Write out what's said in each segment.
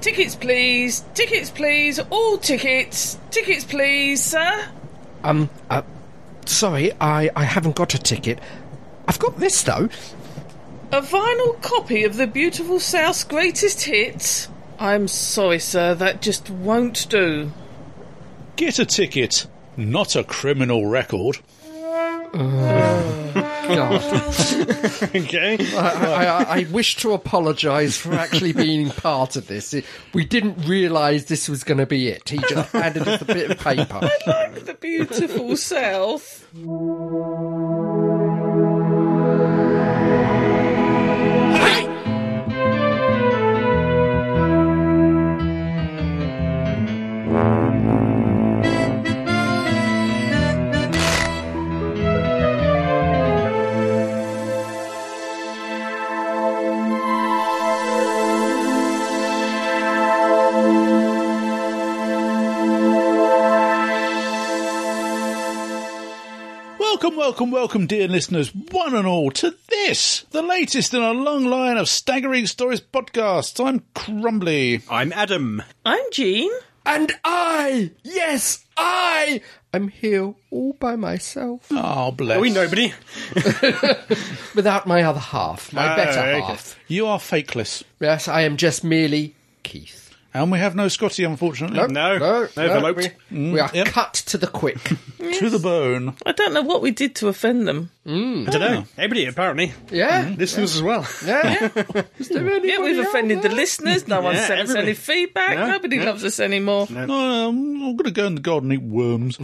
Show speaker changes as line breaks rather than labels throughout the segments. Tickets, please. Tickets, please. All tickets. Tickets, please, sir.
Um, uh, sorry, I, I haven't got a ticket. I've got this, though.
A vinyl copy of the beautiful South's greatest hits. I'm sorry, sir. That just won't do.
Get a ticket, not a criminal record.
God.
Okay.
I, I, I wish to apologise for actually being part of this. It- we didn't realise this was going to be it. He just handed us a bit of paper.
Like the beautiful South.
Welcome, welcome, welcome, dear listeners, one and all, to this, the latest in a long line of staggering stories podcasts. I'm Crumbly.
I'm Adam.
I'm Jean.
And I, yes, I, am here all by myself
Oh, bless.
We nobody.
without my other half, my
Ah,
Oh,
better
okay.
half.
You are fakeless.
Yes, I am just merely Keith.
And we have no Scotty, unfortunately.
No,
we,
overlooked.
we are
yep.
cut to the quick.
To the bone.
I don't know what we did to offend them.
I don't know. Everybody, Oh, apparently.
Yeah,
Mm, Listeners as well.
yeah.
Yeah, we've offended the listeners. No one
Yeah,
sent us any
everybody.
feedback.
No,
Nobody loves us anymore.
No, I'm, I'm going to go in the garden and eat worms.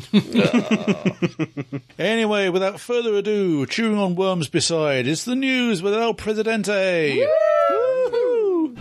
anyway, without further ado, chewing on worms beside, it's the news with El Presidente. Woo-hoo.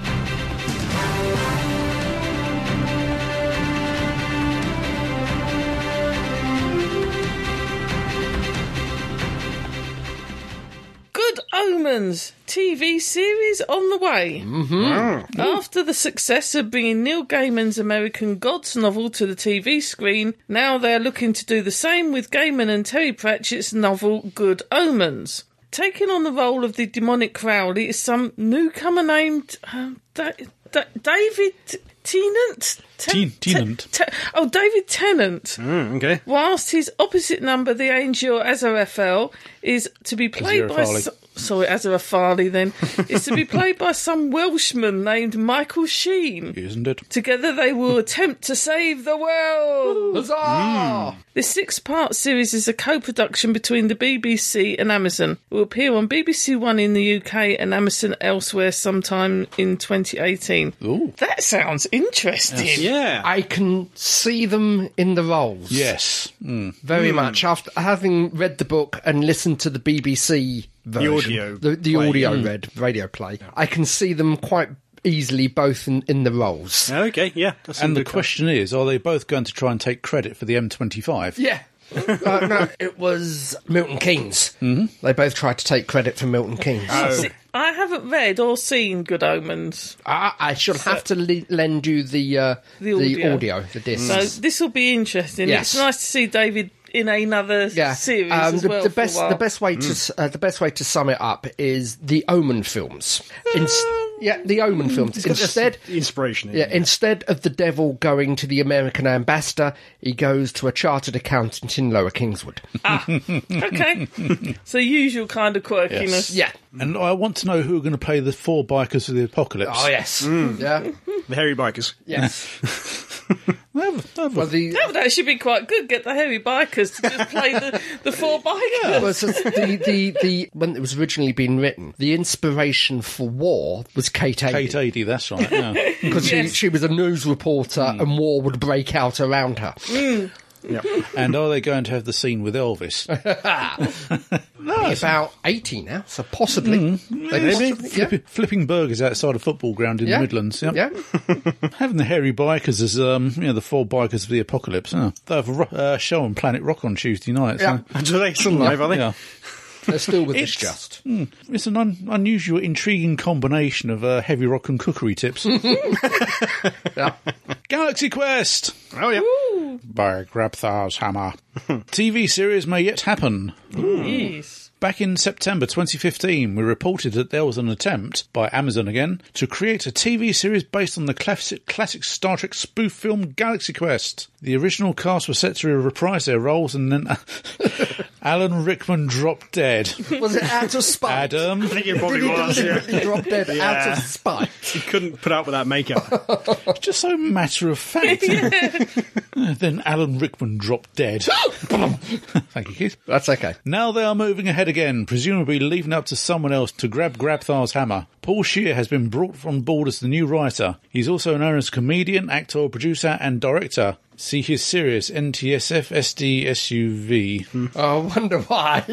Good Omens TV series on the way. Mm-hmm. After the success of bringing Neil Gaiman's American Gods novel to the TV screen, now they're looking to do the same with Gaiman and Terry Pratchett's novel Good Omens. Taking on the role of the demonic Crowley is some newcomer named um, da- da- David Tennant. Ten-
Ten- Tennant.
Te- oh, David Tennant.
okay.
Whilst his opposite number, the angel Aziraphale, is to be played by
Aziraphale.
so- sorry Aziraphale, then is to be played by some Welshman named Michael Sheen.
Isn't it?
Together, they will attempt to save the world.
Mm.
Huzzah!
This six part series is a co production between the BBC and Amazon. It will appear on BBC One in the UK and Amazon elsewhere sometime in 2018.
Ooh.
That sounds interesting.
Yeah.
I can see them in the roles.
Yes.
Mm.
Hmm.
very much after having read the book and listened to the BBC version,
audio
the, the
play. Hmm.
audio read radio play. I can see them quite easily both in, in the roles.
Okay, yeah. That's
And the
a good
question is, are they both going to try and take credit for the M25?
Yeah. uh, no, it was Milton Keynes. Mm-hmm. They both tried to take credit for Milton Keynes.
Hmm? Oh.
I haven't read or seen Good Omens.
I, I shall have to le- lend you the uh,
The
the,
audio.
audio. the discs.
So this will be interesting.
Yes.
It's nice to see David in another series
Um,
as
the,
well.
the
for a
best,
while.
the best way to s- uh, the best way to sum it up is the Omen films. Inst-
Um,
yeah, the Omen films. Instead,
Inspiration.
yeah, instead of the devil going to the American ambassador, he goes to a chartered accountant in Lower Kingswood.
okay. so usual kind of quirkiness.
yeah.
And I want to know who are going to play the four bikers of the apocalypse.
Oh yes. Yeah.
The hairy bikers.
Yes.
They have- they have a-
well, the
That would actually be quite good. Get the heavy bikers to just play the, the four bikers.
well, so the, the, the when it was originally being written, the inspiration for war was Kate
Kate
Aidy
Adey, that's right. yeah.
because she, she was a news reporter and war would break out around her.
Yep.
and are they going to have the scene with Elvis?
about 80 now, so possibly.
Mm.
They possibly- yeah.
Flipping, flipping burgers outside a football ground in
Yeah.
the Midlands. Yeah.
Yeah.
Having the hairy bikers as um, you know, the four bikers of the apocalypse. Yeah. They have a ro- uh, show on Planet Rock on Tuesday nights.
Yeah.
huh?
Do they still live, are they?
Yeah.
They're still with us
It's- Mm.
just.
It's an un- unusual, intriguing combination of uh, heavy rock and cookery tips.
Yeah.
Galaxy Quest!
Oh, yeah.
By Grabthar's Hammer. TV series may yet happen.
Yes.
Back in September 2015, we reported that there was an attempt, by Amazon again, to create a TV series based on the classic, classic Star Trek spoof film Galaxy Quest. The original cast were set to reprise their roles and then Alan Rickman dropped dead.
Was it out of spite?
Adam.
I think it probably was. Yeah.
He dropped dead out
Yeah.
of spite.
He couldn't put up with that makeup.
Just so matter of fact. then Alan Rickman dropped dead. Thank you, Keith.
That's okay.
Now they are moving ahead again, presumably leaving up to someone else to grab Grabthar's hammer. Paul Shear has been brought on board as the new writer. He's also known as comedian, actor, producer, and director. See his series NTSF SDSUV,
Oh, I wonder why.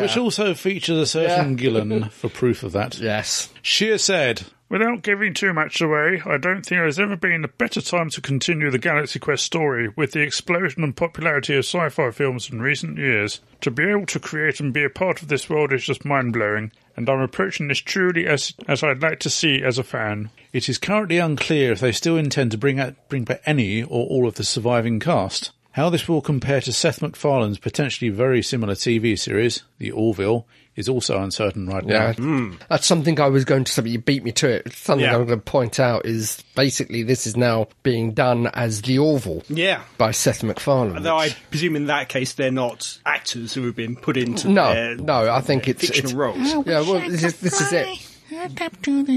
which also features a certain
Yeah.
Gillen for proof of that.
yes.
Shear said,
Without giving too much away, I don't think there has ever been a better time to continue the Galaxy Quest story with the explosion and popularity of sci fi films in recent years. To be able to create and be a part of this world is just mind blowing, and I'm approaching this truly as, as I'd like to see as a fan.
It is currently unclear if they still intend to bring, out, bring back any or all of the surviving cast. How this will compare to Seth MacFarlane's potentially very similar TV series, The Orville, is also uncertain right
Yeah.
now.
That's something I was going to something you beat me to it. Something
Hmm. Yeah.
I'm going to point out is basically this is now being done as the Orville
Yeah.
by Seth MacFarlane.
Though I
which-
presume in that case they're not actors who have been put into
no,
their
no, I think it's
fictional
it's,
roles.
Yeah, well, this is, this is it. I'm sorry,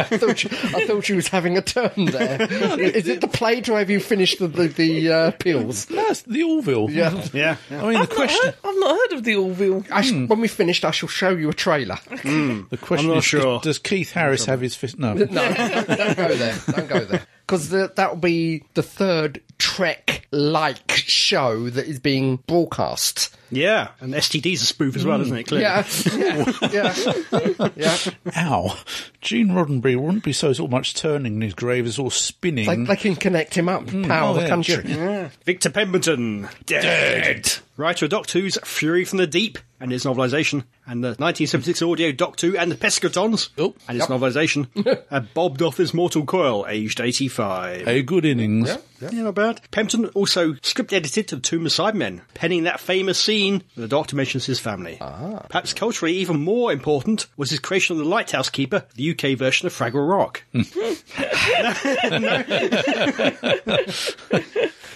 I thought you, I thought you was having a turn there. is it the plate, or have you finished the the, the uh, pills?
That's The Orville.
Yeah.
Yeah.
I mean, the question,
I've not heard of the Orville.
I sh- Hmm. When we finished, I shall show you a trailer.
the question
I'm not
is, does-
sure.
does, Keith Harris have his fist? No.
No, don't go there. Don't go there. Because that will be the third Trek-like show that is being broadcast.
Yeah. And STD's a spoof as well, isn't it? Clearly.
Yeah, yeah, yeah. yeah.
Ow. Gene Roddenberry wouldn't be so, sort of much turning in his grave as all spinning.
Like they can connect him up, and
oh,
power the
yeah,
country.
Victor Pemberton. Dead. Writer of Doctor Who's Fury from the Deep and its novelisation, and the 1976 audio Doctor Who and the Pescatons
Oh.
and uh, its novelisation, and Bob Doth's Mortal Coil, aged 85.
a good innings.
Yeah, not bad. Pemberton also script edited to The Tomb of Sidemen, penning that famous scene where the Doctor mentions his family.
Ah.
Perhaps culturally even more important was his creation of The Lighthouse Keeper, the UK version of Fraggle Rock.
Hmm.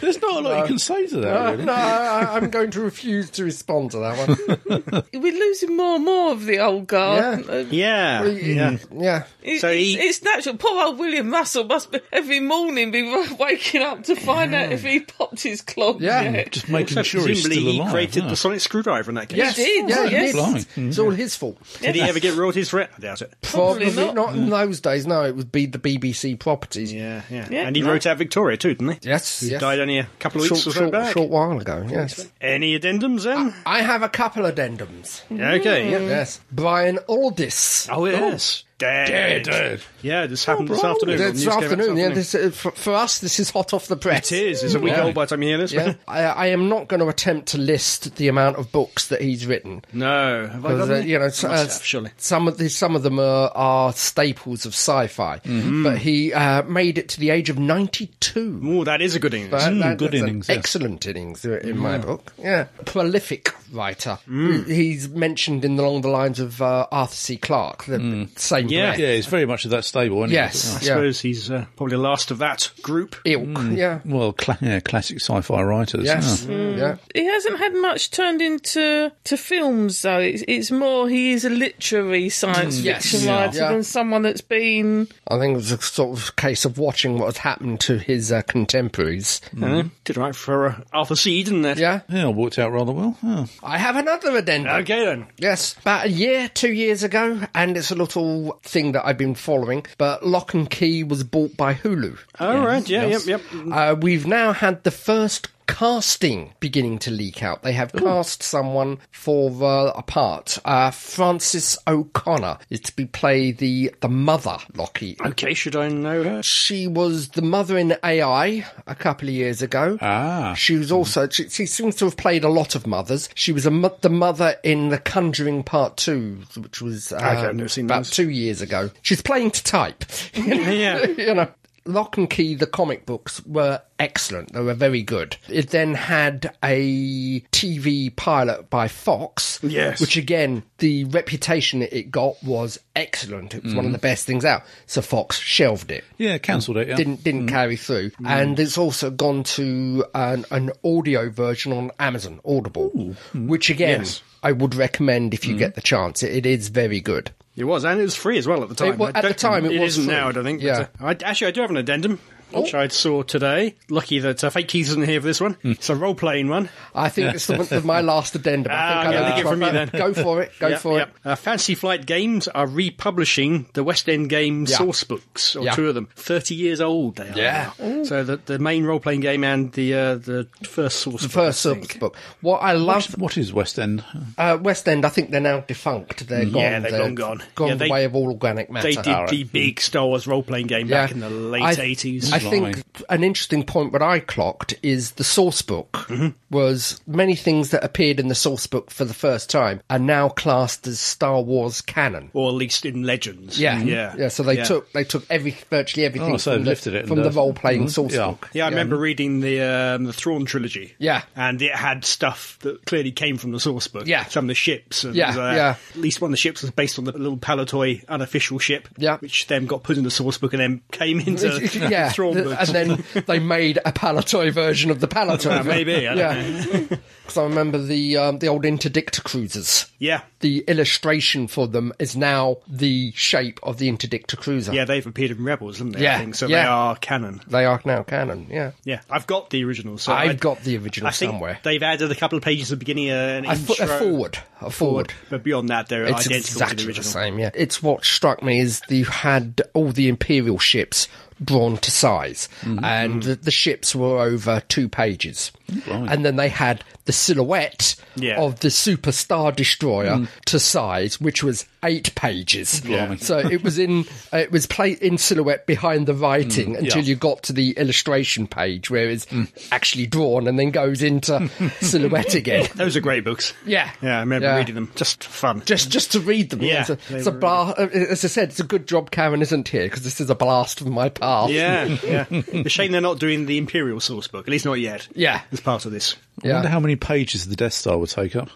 There's not a lot you can say to that, really.
No, I, I'm going to refuse to respond to that one.
We're losing more and more of the old guard. Uh,
yeah. yeah.
Yeah.
It,
So he-
it's, it's natural. Poor old William Russell must be every morning be w- waking up to find out if he popped his clog.
Yeah.
yet.
Just making
So
sure he's
presumably
still
he
alive.
created
yeah.
the sonic screwdriver in that case.
Yes.
did,
Yeah,
yes.
Blimey.
It's all his fault.
Did he ever get royalties for it? I doubt it.
Probably not.
in those days. No, it would be the BBC properties.
Yeah, yeah.
Yeah.
and he wrote out Victoria too, didn't he?
Yes,
He
yes.
died only a couple of
Short,
weeks or so
short,
back.
short while ago. Yes.
Any addendums then?
I have a couple addendums.
Hmm.
Okay. yeah.
Yes. Brian Aldiss.
Oh, yes. Dead. Yeah, this happened this
Brian.
afternoon.
This
The news came out
afternoon, yeah. This, uh, for, for us, this is hot off the press.
It is. It's a week old by the time you hear this.
Yeah. I, I am not going to attempt to list the amount of books that he's written.
No. Have I
Because,
done
uh,
that?
you know, s-
Must
uh,
have, surely.
some of the some of them are, are staples of sci-fi,
Mm-hmm.
but he uh, made it to the age of ninety-two.
Oh, that is a good innings.
That-
Mm,
that-
good
that's an
innings, yes.
Excellent innings uh, in my book. Yeah. Prolific writer. He's mentioned in along the lines of uh, Arthur C. Clarke, the same
Yeah.
breath.
Yeah, he's very much of that stable, isn't he?
Yes.
I
yeah.
suppose he's uh, probably the last of that group.
Ilk. Yeah.
Well, cla yeah, classic sci-fi writers.
Yes.
yeah.
Yeah.
He hasn't had much turned into to films though. It's, it's more he is a literary science
Mm. yes.
fiction
Yeah.
writer
Yeah.
than someone that's been.
I think it was a sort of case of watching what had happened to his uh, contemporaries.
Uh, did right for uh, Arthur C, didn't it?
Yeah.
Yeah, worked out rather well. Yeah.
I have another addendum.
Okay then.
Yes, about a year, two years ago, and it's a little thing that I've been following. But Lock and Key was bought by Hulu.
All right. Yeah. Yep. Yep.
Uh, we've now had the first casting beginning to leak out. They have cast someone for uh, a part. Uh, Frances O'Connor is to be play the the mother Lockie.
Okay. Should I know her?
She was the mother in AI a couple of years ago.
Ah.
She was also she, she seems to have played a lot of mothers. She was a, mo- the mother in The Conjuring Part Two, which was uh,
I've never seen
about
those.
two years ago. She's playing to type.
yeah.
you know. Lock and Key, the comic books, were excellent. They were very good. It then had a TV pilot by Fox.
Yes.
Which, again, the reputation it got was excellent. It was one of the best things out. So Fox shelved it
Yeah, cancelled it. Yeah.
didn't didn't carry through, and it's also gone to an, an audio version on Amazon Audible,
hmm.
which again I would recommend if you get the chance. It, it is very good.
It was, and it was free as well at the time.
wa-
I
at the
don't-
time, it
it
was
isn't
free.
now. I don't think.
Yeah. Oh.
But, uh, I, actually, I do have an addendum. Which I saw today. Lucky that uh, Fake Keys isn't here for this one.
Hmm.
It's a role playing one.
I think it's the one of my last addendum.
Ah,
I
I'm
think I
gonna
know
dig
which
it from
one.
you then.
Go for it. Go
Yep,
for
yep. Uh, Fancy Flight Games are republishing the West End Game
Yeah.
source books, or
Yeah.
two of them. 30 years old they are.
Yeah.
now. So the, the main role playing game and the uh, the first source
it. First source book. What I
What
love
is- what is West End?
uh, West End. I think they're now defunct. They're gone.
Mm, Yeah, they've gone, gone.
Gone
Yeah,
the
they-
way of all organic matter.
They did the big Star Wars role playing game back in the late
I-
80s.
I
Blimey.
think an interesting point that I clocked is the source book
Mm-hmm.
was many things that appeared in the source book for the first time are now classed as Star Wars canon.
or at least in Legends.
Yeah,
Yeah.
yeah. So they
Yeah.
took they took every virtually everything
Oh, so
from,
they've
the,
lifted it
from
and
the
the-
role playing
Mhm.
source
Yeah.
book.
Yeah, I remember reading the um, the Thrawn trilogy.
Yeah.
and it had stuff that clearly came from the source book.
Yeah.
some of the ships. And
Yeah,
things like that.
yeah.
At least one of the ships was based on the little Palatoy unofficial ship.
Yeah.
which then got put in the source book and then came into the
yeah,
Thrawn
the-
book.
and then they made a Palatoy version of the Palatoy.
Well, maybe, I don't
yeah. Because I remember the um, the old interdict cruisers.
yeah,
The illustration for them is now the shape of the interdictor cruiser.
yeah, they've appeared in Rebels, haven't they? I
Yeah,
think. so. They
yeah.
are canon.
They are now canon, yeah.
Yeah, I've got the original. So
I've
I-
got the original
I think
somewhere.
They've added a couple of pages at the beginning. Uh, an
A, fo-
intro,
a forward, a forward.
but beyond that, they're
It's
identical
exactly
to the
the,
original.
same, yeah. It's what struck me is you had all the Imperial ships drawn to size,
Mm-hmm.
and the, the ships were over two pages. And then they had the silhouette
Yeah. Mm.
of the Super Star Destroyer to size, which was eight pages.
Blimey.
So it was in uh, it was play in silhouette behind the
Mm,
writing until
yeah.
you got to the illustration page where it's actually drawn and then goes into silhouette again.
Those are great books.
Yeah.
Yeah, I remember
Yeah.
reading them. Just for fun.
just just to read them.
Yeah,
it's a,
they
it's a
were
blast. As I said, it's a good job Karen isn't here because this is a blast from my past.
Yeah, yeah. It's a shame they're not doing the Imperial source book, at least not yet.
Yeah.
As part of this.
I wonder
yeah.
how many pages the Death Star would take up.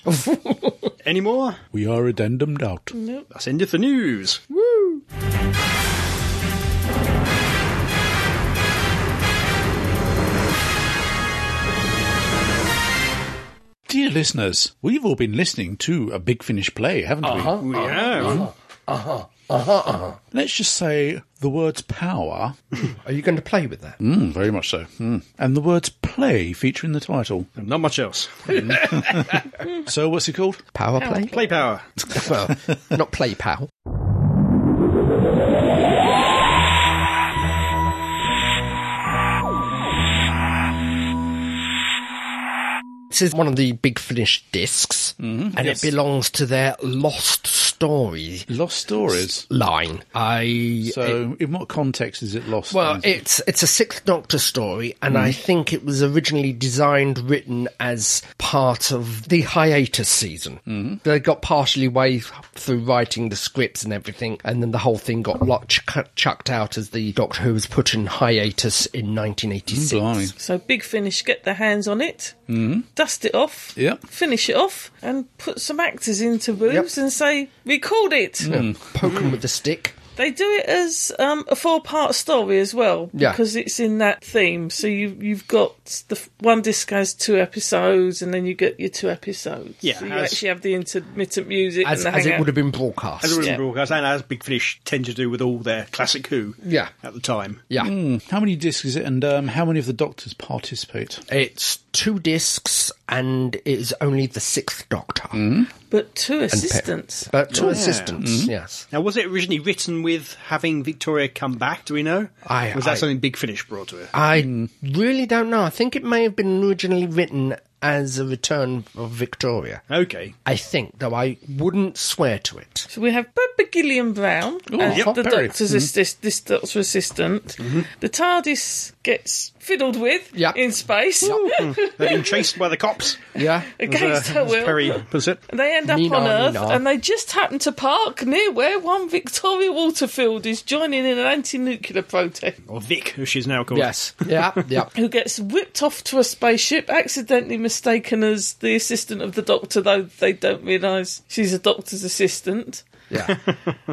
Any more?
we are addendumed out.
That's end of the news.
Dear listeners, we've all been listening to a Big Finish play, haven't we?
Oh.
We have.
Let's just say the words power,
Are you going to play with
Hmm?
that?
mm, very much so, mm, and the words play feature in the title.
Not much else.
So what's it called?
Power play?
Play power.
well, not play pal. This is one of the Big Finish discs,
Mm-hmm.
and it belongs to their Lost Story
Lost Stories.
line. I
So in what context is it lost?
Well,
Is it-
it's it's a Sixth Doctor story, and I
Mm-hmm.
think it was originally designed, written as part of the hiatus season.
Mm-hmm.
Mm. They got partially way through writing the scripts and everything, and then the whole thing got lot chuck- chucked out as the Doctor Who was put in hiatus in 1986.
Oh, Blimey.
So big finish, get their hands on it,
Mm-hmm.
dust it off,
Yep.
finish it off, and put some actors into booths and say, "We called it."
Mm.
Hmm.
Poke 'em with a stick.
They do it as um, a four-part story as well
Yeah.
because it's in that theme. So you you've got the f- one disc has two episodes, and then you get your two episodes.
Yeah,
so you
as-
actually have the intermittent music
As,
and the
as it
hangout.
would have been broadcast.
As a written
Yeah.
broadcast, and as Big Finish tend to do with all their classic Who
Yeah.
at the time.
yeah.
Hmm, How many discs is it, and um, how many of the Doctors participate?
It's two discs, and it is only the Sixth Doctor.
Hmm.
but two assistants.
But two assistants, yes.
Now, was it originally written with having Victoria come back? Do we know?
I-
was that
I- Hmm.
something Big Finish brought to her?
I really don't know. I think it may have been originally written as a return of Victoria.
Okay.
I think, though I wouldn't swear to it.
So we have Bubba Gilliam Brown as
yep,
the
Barry.
doctor's assist, this doctor assistant. The TARDIS gets fiddled with
Yeah.
in space
They've been chased by the cops. uh,
Yeah.
against her
As
will.
Perry puts it.
And They end up
Nina,
on Earth
Nina.
and they just happen to park near where one Victoria Waterfield is joining in an anti nuclear protest.
Or Vic, as she's now called.
Yes. Yeah. Yeah.
Who gets whipped off to a spaceship, accidentally mistaken as the assistant of the doctor, though they don't realise she's a doctor's assistant.
Yeah.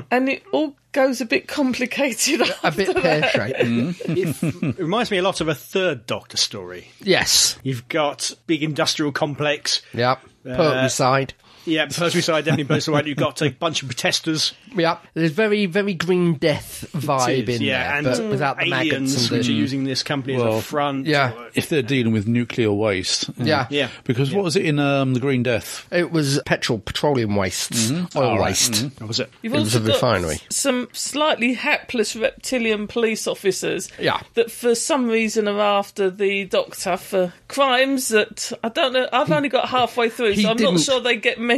And it all goes a bit complicated.
A bit pear shaped.
It reminds me a lot of a third Doctor story.
Yes.
You've got big industrial complex.
Yeah. Poetry side.
Yeah, first we saw definitely burst away. You've got a bunch of protesters.
Yeah. There's very, very Green Death vibe in
yeah,
there,
and
but without the
aliens
maggots and
which are
the.
using this company as
Well,
a front.
yeah.
or-
If they're dealing with nuclear waste. Hmm.
Yeah.
Yeah.
Because what was it in um, The Green Death?
It was petrol, petroleum wastes, oil
All right.
waste.
That was it.
You've
It was
also
a
got
refinery.
some slightly hapless reptilian police officers.
Yeah.
That for some reason are after the doctor for crimes that I don't know. I've only got halfway through,
He
so I'm not
didn't-
sure they get mentioned.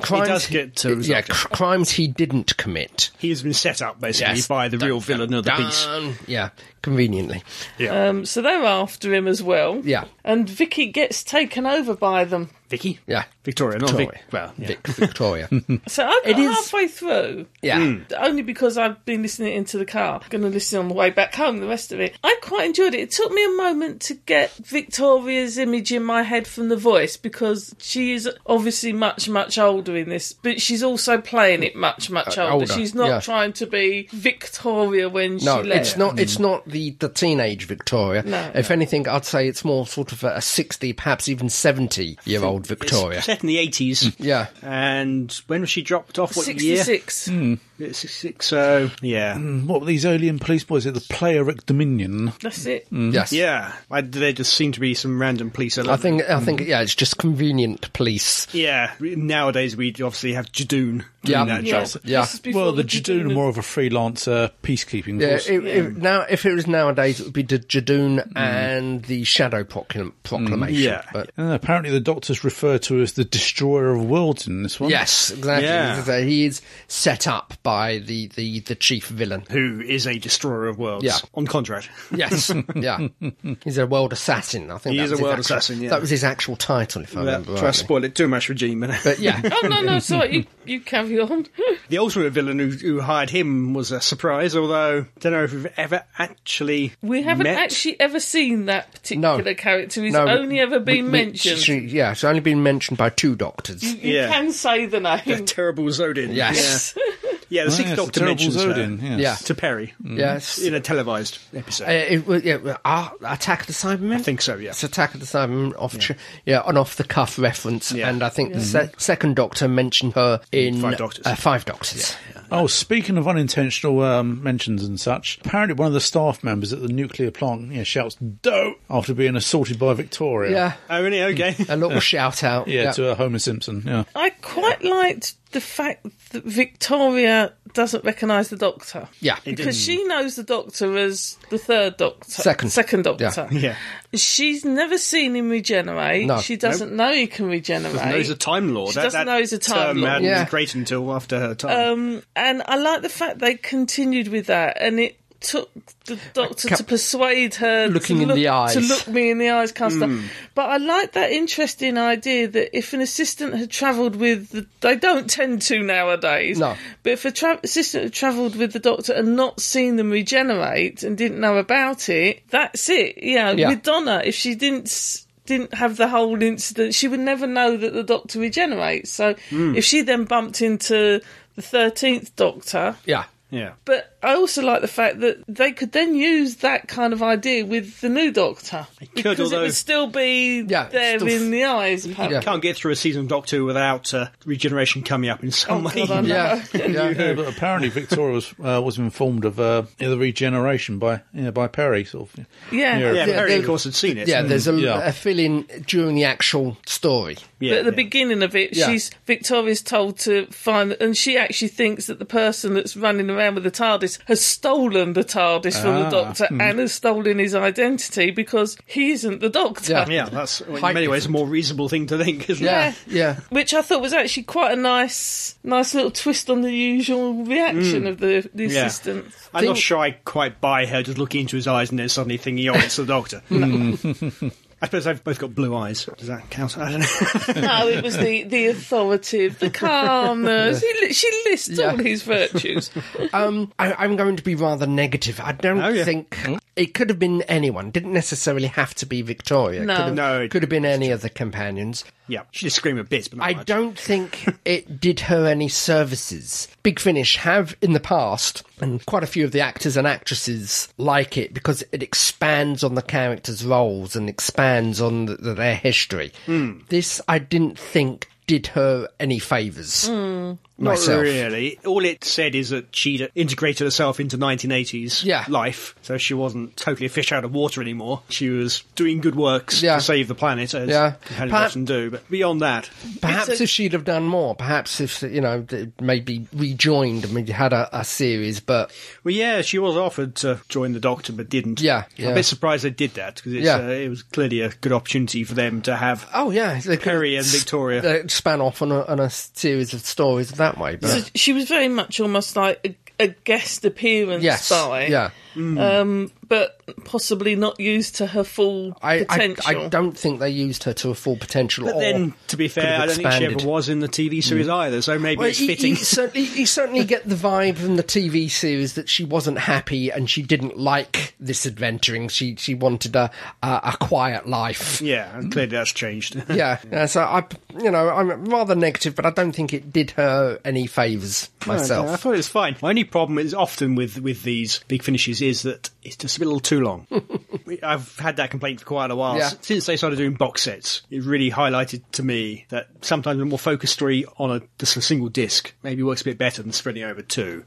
Crimes
does get to
yeah,
resolve it.
cr- crimes he didn't commit.
He has been set up basically
Yes.
by the real villain of the piece.
Dun. Yeah, conveniently.
Um, so they're after him as well.
Yeah.
And Vicky gets taken over by them.
Vicky?
Yeah,
Victoria, not
Victoria.
Vic. Well, yeah.
Vic, Victoria.
So I've
It
got
is-
halfway through.
yeah,
Only because I've been listening into the car. I'm going to listen on the way back home, the rest of it. I quite enjoyed it. It took me a moment to get Victoria's image in my head from the voice because she is obviously much, much older in this, but she's also playing it much, much
Uh,
older.
older,
She's not
yeah.
trying to be Victoria when
no,
she left.
it's not. It's not the, the teenage Victoria.
No.
if anything, I'd say it's more sort of a, a sixty, perhaps even seventy year old Victoria. Mm,
Set in the 80s.
Yeah,
And when was she dropped off? What year?
66.
Hmm.
Yeah, 66. So, yeah.
Mm.
What were these alien police boys at the Playeric Dominion?
That's it.
Hmm.
yes,
Yeah. I, there just seem to be some random police
I
element.
think. I think. Yeah, it's just convenient police.
Yeah. Nowadays, we obviously have Jadoon.
Yeah.
That
Yeah.
job.
Yeah.
This is before
Well, the
Jadoon
Jadoon are more of a freelance uh, peacekeeping
Yeah,
force.
it, it- now if it was nowadays, it would be the Jadoon and the Shadow Proclam- Proclamation.
Yeah.
but
And apparently, the doctors refer to as the destroyer of worlds in this one.
yes, exactly.
Yeah.
So He is set up by the the, the chief villain.
Who is a destroyer of worlds
Yeah.
on contract.
Yes, yeah. He's a world assassin. I think
He
that
is
was
a
his
world
actual-
assassin, yeah.
that was his actual title, if I
Without
remember
trying to
rightly.
spoil it too much for G.
But yeah,
Oh, no, no, sorry. You, you carry on.
The ultimate villain who, who hired him was a surprise, although don't know if we've ever actually
We haven't
met.
actually ever seen that particular character. He's
no,
only ever
we-
been
we-
mentioned. Mm-hmm.
she- yeah, it's only been mentioned by two doctors.
You
Yeah.
can say the name.
terrible Zodin.
Yes,
Yeah, yeah the
Ah,
Sixth
yes, the
Doctor
terrible
mentions
Zodin. Mm. Yes.
her
Yeah.
to Perry
yes.
in a televised episode.
Uh, it was yeah, uh, Attack of the Cybermen. I
think so, yeah.
it's Attack of the Cybermen off, yeah, yeah an off the cuff reference,
Yeah.
and I think the
Mm-hmm.
se- second Doctor mentioned her in
Five Doctors.
Uh, five Doctors.
Oh, speaking of unintentional um, mentions and such, apparently one of the staff members at the nuclear plant yeah, shouts "dope" after being assaulted by Victoria.
Yeah,
oh, really? Okay.
a little shout out.
yeah, to uh, Homer Simpson. Yeah,
I quite liked the fact that Victoria doesn't recognise the Doctor.
Yeah. It
Because she knows the Doctor as the third Doctor.
Second.
Second
Yeah.
Doctor.
yeah.
She's never seen him regenerate.
No.
She doesn't know he can regenerate.
No, he's a Time Lord.
She doesn't know he's a Time
term
Lord. Um,
hadn't
Yeah.
been created until after her time.
and I like the fact they continued with that, and it took the doctor
kept
to persuade her
looking
to
in
look,
the eyes. Mm.
to look me in the eyes, kind of stuff. But I like that interesting idea that if an assistant had travelled with, the, they don't tend to nowadays.
No.
But if a tra- assistant had travelled with the doctor and not seen them regenerate and didn't know about it, that's it. Yeah,
Yeah.
with Donna, if she didn't. S- didn't have the whole incident, she would never know that the doctor regenerates. So
Hmm.
if she then bumped into the 13th Doctor.
yeah.
yeah.
But I also like the fact that they could then use that kind of idea with the new Doctor.
could,
because it
although-
would still be
Yeah,
there
still f-
in the eyes, apparently.
Can't get through a season of Doctor Who without uh, regeneration coming up in some way.
Oh, God, I know.
Yeah, yeah.
yeah but apparently Victoria was uh, was informed of uh, yeah, the regeneration by yeah, by Perry. Sort of.
Yeah.
Yeah.
Yeah, Perry,
they-
of course, had seen it. Mm.
Yeah, there's a,
Yeah.
a fill in during the actual story.
But
yeah,
at the
yeah.
beginning of it,
Yeah.
she's Victoria's told to find, and she actually thinks that the person that's running around Man with the TARDIS has stolen the TARDIS from
Ah,
the Doctor
hmm.
and has stolen his identity because he isn't the Doctor.
Yeah.
Yeah, that's in
Height
many ways a more reasonable thing to think, isn't
Yeah,
Yeah.
yeah.
Which I thought was actually quite a nice, nice little twist on the usual reaction
Mm.
of the, the
it? Yeah.
assistant.
I'm not sure I quite buy her just looking into his eyes and then suddenly thinking, oh, it's the doctor.
Mm.
I suppose they've both got blue eyes. Does that count? I don't know.
No, it was the, the authoritative, the calmness. He li- she lists all
Yeah.
his virtues.
Um, I, I'm going to be rather negative. I don't
Oh, yeah.
think it could have been anyone. Didn't necessarily have to be Victoria.
No.
could have,
No, Oh, it-
Um, could have been any of the companions.
yeah, she just screamed a bit, but not
I
much.
don't think it did her any services. Big Finish have in the past, and quite a few of the actors and actresses like it because it expands on the characters' roles and expands on the, their history. This, I didn't think, did her any favours. myself.
Not really. All it said is that she'd integrated herself into 1980s
Yeah.
life, so she wasn't totally a fish out of water anymore. She was doing good works
Yeah.
to save the planet, as
Yeah.
yeah. Helen
Perhaps-
often do. But beyond that,
Perhaps
It's a-
if she'd have done more, perhaps if you know th- maybe rejoined and maybe had a, a series, but
well, yeah, she was offered to join the Doctor, but didn't.
Yeah,
I'm
yeah.
a bit surprised they did that because
Yeah.
uh, it was clearly a good opportunity for them to have
oh yeah, they could
Perry and
s-
Victoria.
uh, span off on a, on a series of stories that way. But
So she was very much almost like a, a guest appearance
yes,
by,
yeah,
um, but possibly not used to her full
I, I
potential.
I don't think they used her to her full potential.
But
or
then, to be
could
fair,
have
I don't think she ever
expanded. Mm.
was in the TV series either, so maybe
Well, uh,
it's
you-
fitting.
You, certainly, you certainly get the vibe from the TV series that she wasn't happy and she didn't like this adventuring. She she wanted a a, a quiet life.
yeah, and clearly that's changed.
yeah, yeah, so I, you know, I'm rather negative, but I don't think it did her any favours myself.
Yeah, I thought it was fine. My only problem is often with, with these big finishes is that it's just a little too long. I've had that complaint for quite a while.
Yeah.
S- Since they started doing box sets, it really highlighted to me that sometimes a more focused story on a, just a single disc maybe works a bit better than spreading it over two.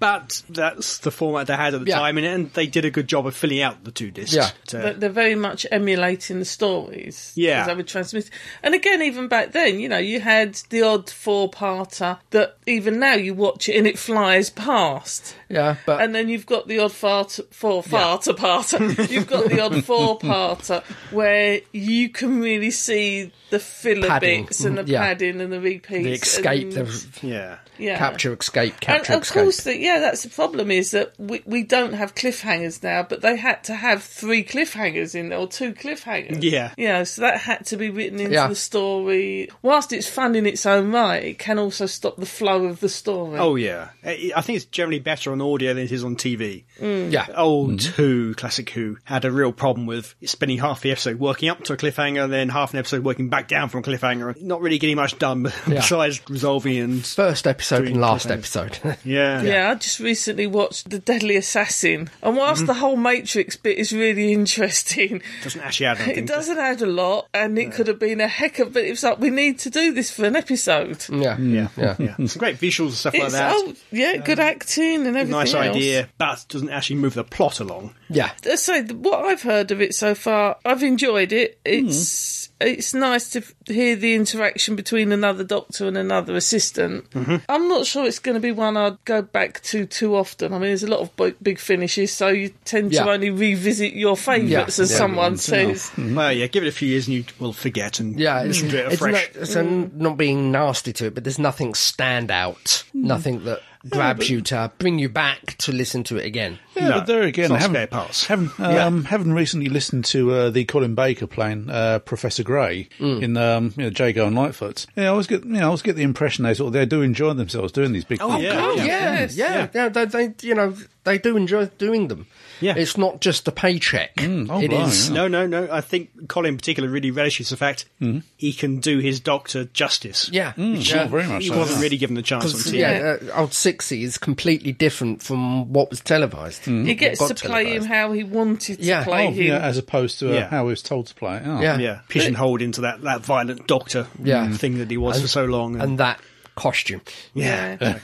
But that's the format they had at the
Hmm. Yeah.
time, and, and they did a good job of filling out the two discs.
Yeah.
to-
But they're very much emulating the stories
Yeah.
as they were transmitted. And again, even back then, you know, you had the odd four-parter that even now you watch it and it flies past.
Yeah, but
and then you've got the odd fart, four farter parter. You've got the odd four parter where you can really see the filler
Padding. Mm,
bits and the
Yeah.
padding and the repeats.
the escape,
and-
the
yeah.
um, yeah.
capture, escape,
And
capture,
of
escape.
course, the, yeah, that's the problem is that we, we don't have cliffhangers now, but they had to have three cliffhangers in there or two cliffhangers.
Yeah.
Yeah, so that had to be written into
Yeah.
the story. Whilst it's fun in its own right, it can also stop the flow of the story.
Oh, yeah. I I think it's generally better on audio than it is on TV.
yeah,
old
Mm-hmm.
Who, classic Who, had a real problem with spending half the episode working up to a cliffhanger and then half an episode working back down from a cliffhanger, and not really getting much done besides resolving and
first episode
Doing
and last
cliffhangers.
episode.
yeah.
Yeah, I just recently watched The Deadly Assassin, and whilst
Mm-hmm.
the whole Matrix bit is really interesting,
Doesn't actually add anything.
it
to-
doesn't add a lot, and it could have been a heck of. But it was like we need to do this for an episode.
yeah,
Yeah.
yeah.
yeah. Some great visuals and Mm, stuff like
It's
that. Um,
oh yeah, good acting and everything.
nice
else.
idea, but doesn't actually move the plot along.
yeah.
Let's say uh, th- what I've heard of it so far, I've enjoyed it. It's
Hmm.
it's nice to f- hear the interaction between another doctor and another assistant.
Mm-hmm.
I'm not sure it's going to be one I'd go back to too often. I mean, there's a lot of bo- big finishes, so you tend
Yeah.
to only revisit your favourites,
Yeah.
as
Yeah.
someone says.
Mm-hmm.
Well, yeah, give it a few years and you will forget and
Yeah,
you
it's,
should do it
it's
afresh.
not, so
Mm.
n- not being nasty to it, but there's nothing stand out, nothing that grabs you to bring you back to listen to it again.
Yeah,
No,
but there
it's
again,
not
I
spare
haven't,
parts.
haven't, um, haven't recently listened to uh, the Colin Baker playing uh, Professor Grey in um, you know, Jago and Lightfoot. Yeah, I always get, you know, I always get the impression they sort of, they do enjoy themselves doing these big.
Oh,
things.
yeah,
yeah.
yes.
yeah,
Yeah.
yeah, They, they, you know, they do enjoy doing them.
Yeah. Mm.
it's not just a paycheck.
oh,
it
blimey,
is.
yeah.
No, no, no. I think Colin in particular really relishes the fact
Mm-hmm.
he can do his doctor justice.
Yeah,
Oh,
yeah.
very much.
He
so,
wasn't
yeah.
really given the chance on
Because,
TV.
yeah, uh, old sixty is completely different from what was televised.
He gets
Got
to play him
televised.
how he wanted to
Yeah.
play
Oh,
him.
yeah, as opposed to uh,
Yeah.
how he was told to play it. Oh.
Yeah.
yeah, pigeonholed into that, that violent doctor
Yeah.
thing that he was for so long. And,
and that costume.
Yeah.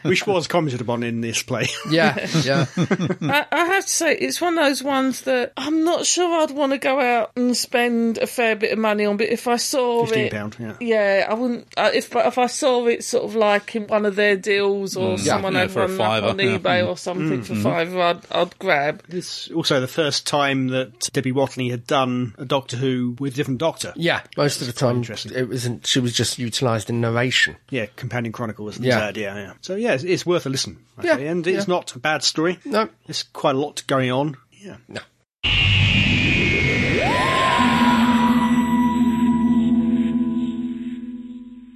Which was commented upon in this play.
Yeah, yeah.
I, I have to say, it's one of those ones that I'm not sure I'd want to go out and spend a fair bit of money on. But if I saw it,
£15, yeah.
I wouldn't. I if but if I saw it sort of like in one of their deals or someone
Yeah,
had
for a
one up on
fiver, yeah.
eBay or something for fiver, I'd, I'd grab.
This also the first time that Debbie Watney had done a Doctor Who with a different Doctor.
Yeah, most of the time
interesting.
it wasn't. She was just utilised in narration.
Yeah, Companion Chronicle wasn't
Yeah.
bad. Yeah, yeah. So yeah, it's, it's worth a listen. actually,
Yeah,
and it's
yeah.
not a bad story.
No.
There's quite a lot going on. Yeah.
No.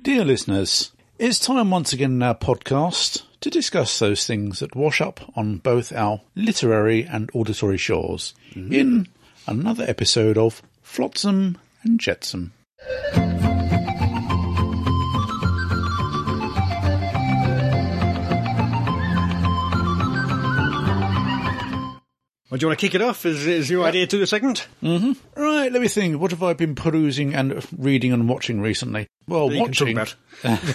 Dear listeners, it's time once again in our podcast to discuss those things that wash up on both our literary and auditory shores
Mm-hmm.
in another episode of Flotsam and Jetsam.
Well, do you want to kick it off? Is, is your idea to the segment?
Right, let me think. What have I been perusing and reading and watching recently? Well,
That you can talk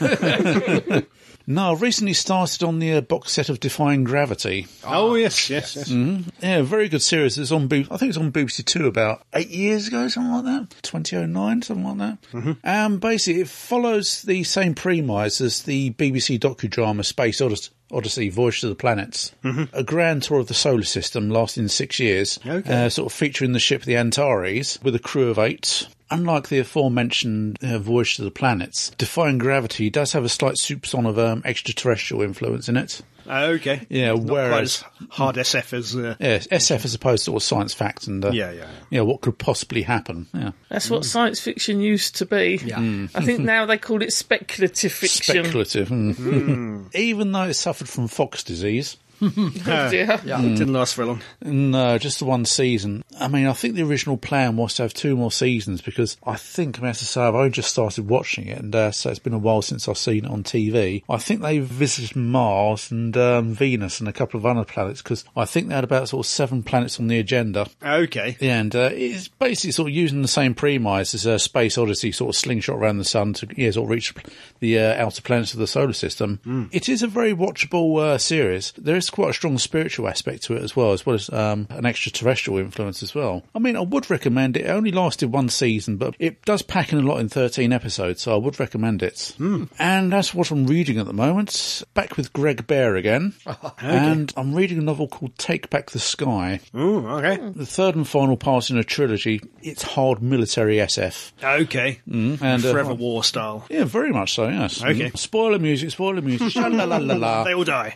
watching.
about.
No, I've recently started on the uh, box set of Defying Gravity.
Oh yes, yes, yes.
Yeah, very good series. It's on, Bo- I think it's on BBC Two about eight years ago, something like that. 2009, something like that. Mm-hmm. Um, basically, it follows the same premise as the BBC docudrama Space Odyssey. Odyssey, Voyage to the Planets,
Mm-hmm.
a grand tour of the solar system lasting six years,
Okay.
uh, sort of featuring the ship the Antares with a crew of eight. Unlike the aforementioned uh, Voyage to the Planets, Defying Gravity does have a slight soupçon of um, extraterrestrial influence in it.
Okay.
Mm. Yeah,
Not quite
whereas-
as hard SF as uh,
Yes, SF as opposed to all science fact and uh,
Yeah, yeah, yeah.
yeah, what could possibly happen? Yeah,
That's what science fiction used to be. Yeah. I think now they call it speculative fiction.
speculative. mm.
Hmm.
Even though it suffered from fox disease,
Oh, dear.
it
Mm.
didn't last very long.
no, just the one season. I mean, I think the original plan was to have two more seasons because I think I have to say I've only just started watching it, and uh, so it's been a while since I've seen it on TV. I think they visited Mars and um, Venus and a couple of other planets because I think they had about sort of seven planets on the agenda.
Okay.
Yeah, and uh, it's basically sort of using the same premise as uh, Space Odyssey, sort of slingshot around the sun to yeah, sort of reach the uh, outer planets of the solar system. It is a very watchable uh, series. There is quite a strong spiritual aspect to it as well, as well as um, an extraterrestrial influence as well. I mean, I would recommend it. It only lasted one season, but it does pack in a lot in 13 episodes, so I would recommend it. And that's what I'm reading at the moment. Back with Greg Bear again. And I'm reading a novel called Take Back the Sky
Ooh, okay.
the third and final part in a trilogy. It's hard military SF.
Okay.
Mm.
And, uh,
Forever War style.
yeah, very much so, yes. Mm.
Okay.
Spoiler music, spoiler music. sha la la la la.
They all die.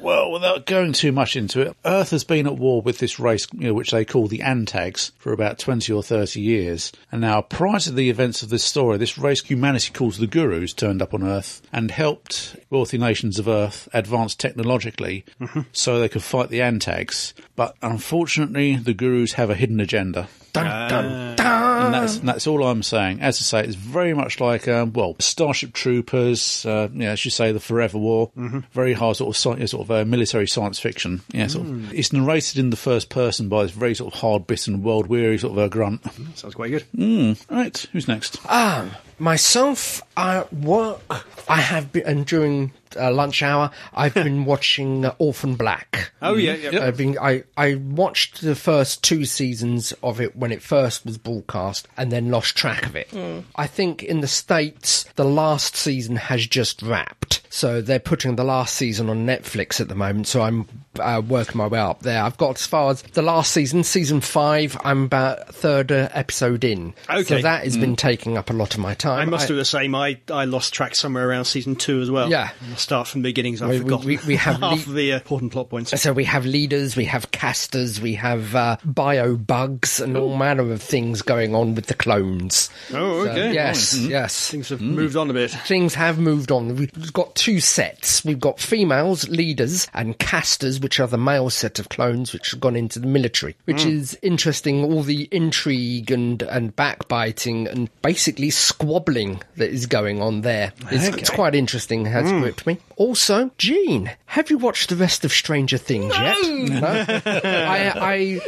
Well, without going too much into it, Earth has been at war with this race, you know, which they call the Antags, for about 20 or 30 years. And now, prior to the events of this story, this race humanity calls the Gurus turned up on Earth and helped wealthy nations of Earth advance technologically so they could fight the Antags. But unfortunately, the Gurus have a hidden agenda.
Dun,
Ah.
dun, dun.
And that's
Uh-huh.
that's all I'm saying. As I say, it's very much like um, well, Starship Troopers. Uh, yeah, as you say, the Forever War.
Mm-hmm.
Very hard sort of sci- sort of uh, military science fiction. Yeah, sort of,
Mm.
it's narrated in the first person by this very sort of hard bitten, world weary sort of uh, grunt.
Sounds quite good.
Mm.
Right, who's next?
Ah, myself, I work. I have been, and during uh, lunch hour, I've been watching uh, Orphan Black.
Oh yeah, yeah.
I've been, I, I watched the first two seasons of it when it first was broadcast and then lost track of it.
Hmm.
I think in the States, the last season has just wrapped. So they're putting the last season on Netflix at the moment. So I'm uh, working my way up there. I've got as far as the last season, season five, I'm about third uh, episode in. So
Okay. Hmm.
that has been taking up a lot of my time.
I must do the same. I, I lost track somewhere around season two as well.
Yeah.
I'll start from the beginnings. I've
We- we-
forgotten
we- we have
half
le-
of the uh, important plot points.
So we have leaders, we have casters, we have uh, bio bugs, and all manner of things going on with the clones.
Oh,
So,
okay.
yes, Mm. yes.
Things have moved on a bit.
Things have moved on. We've got two sets. We've got females, leaders, and casters, which are the male set of clones, which have gone into the military, which is interesting. All the intrigue and, and backbiting and basically squabbling that is going on there. It's, it's quite interesting. Has gripped me. Also, Gene, have you watched the rest of Stranger Things yet? No. I, I,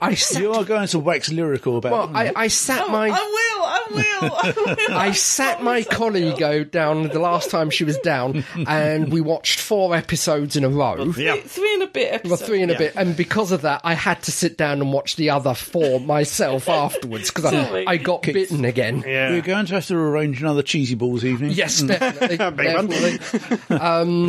I sat,
You are going to wax lyrical about.
well, I, I sat
Oh,
my.
I will. I will. I will.
I sat my colleague o- down the last time she was down, and we watched four episodes in a row.
Yeah.
Three and a bit
Well,
episodes.
three and a
Yeah.
bit, and because of that, I had to sit down and watch the other four myself afterwards because I,
Sorry.
I got bitten again.
We're
Yeah.
going to have to arrange another cheesy balls evening.
Yes, definitely.
one.
definitely.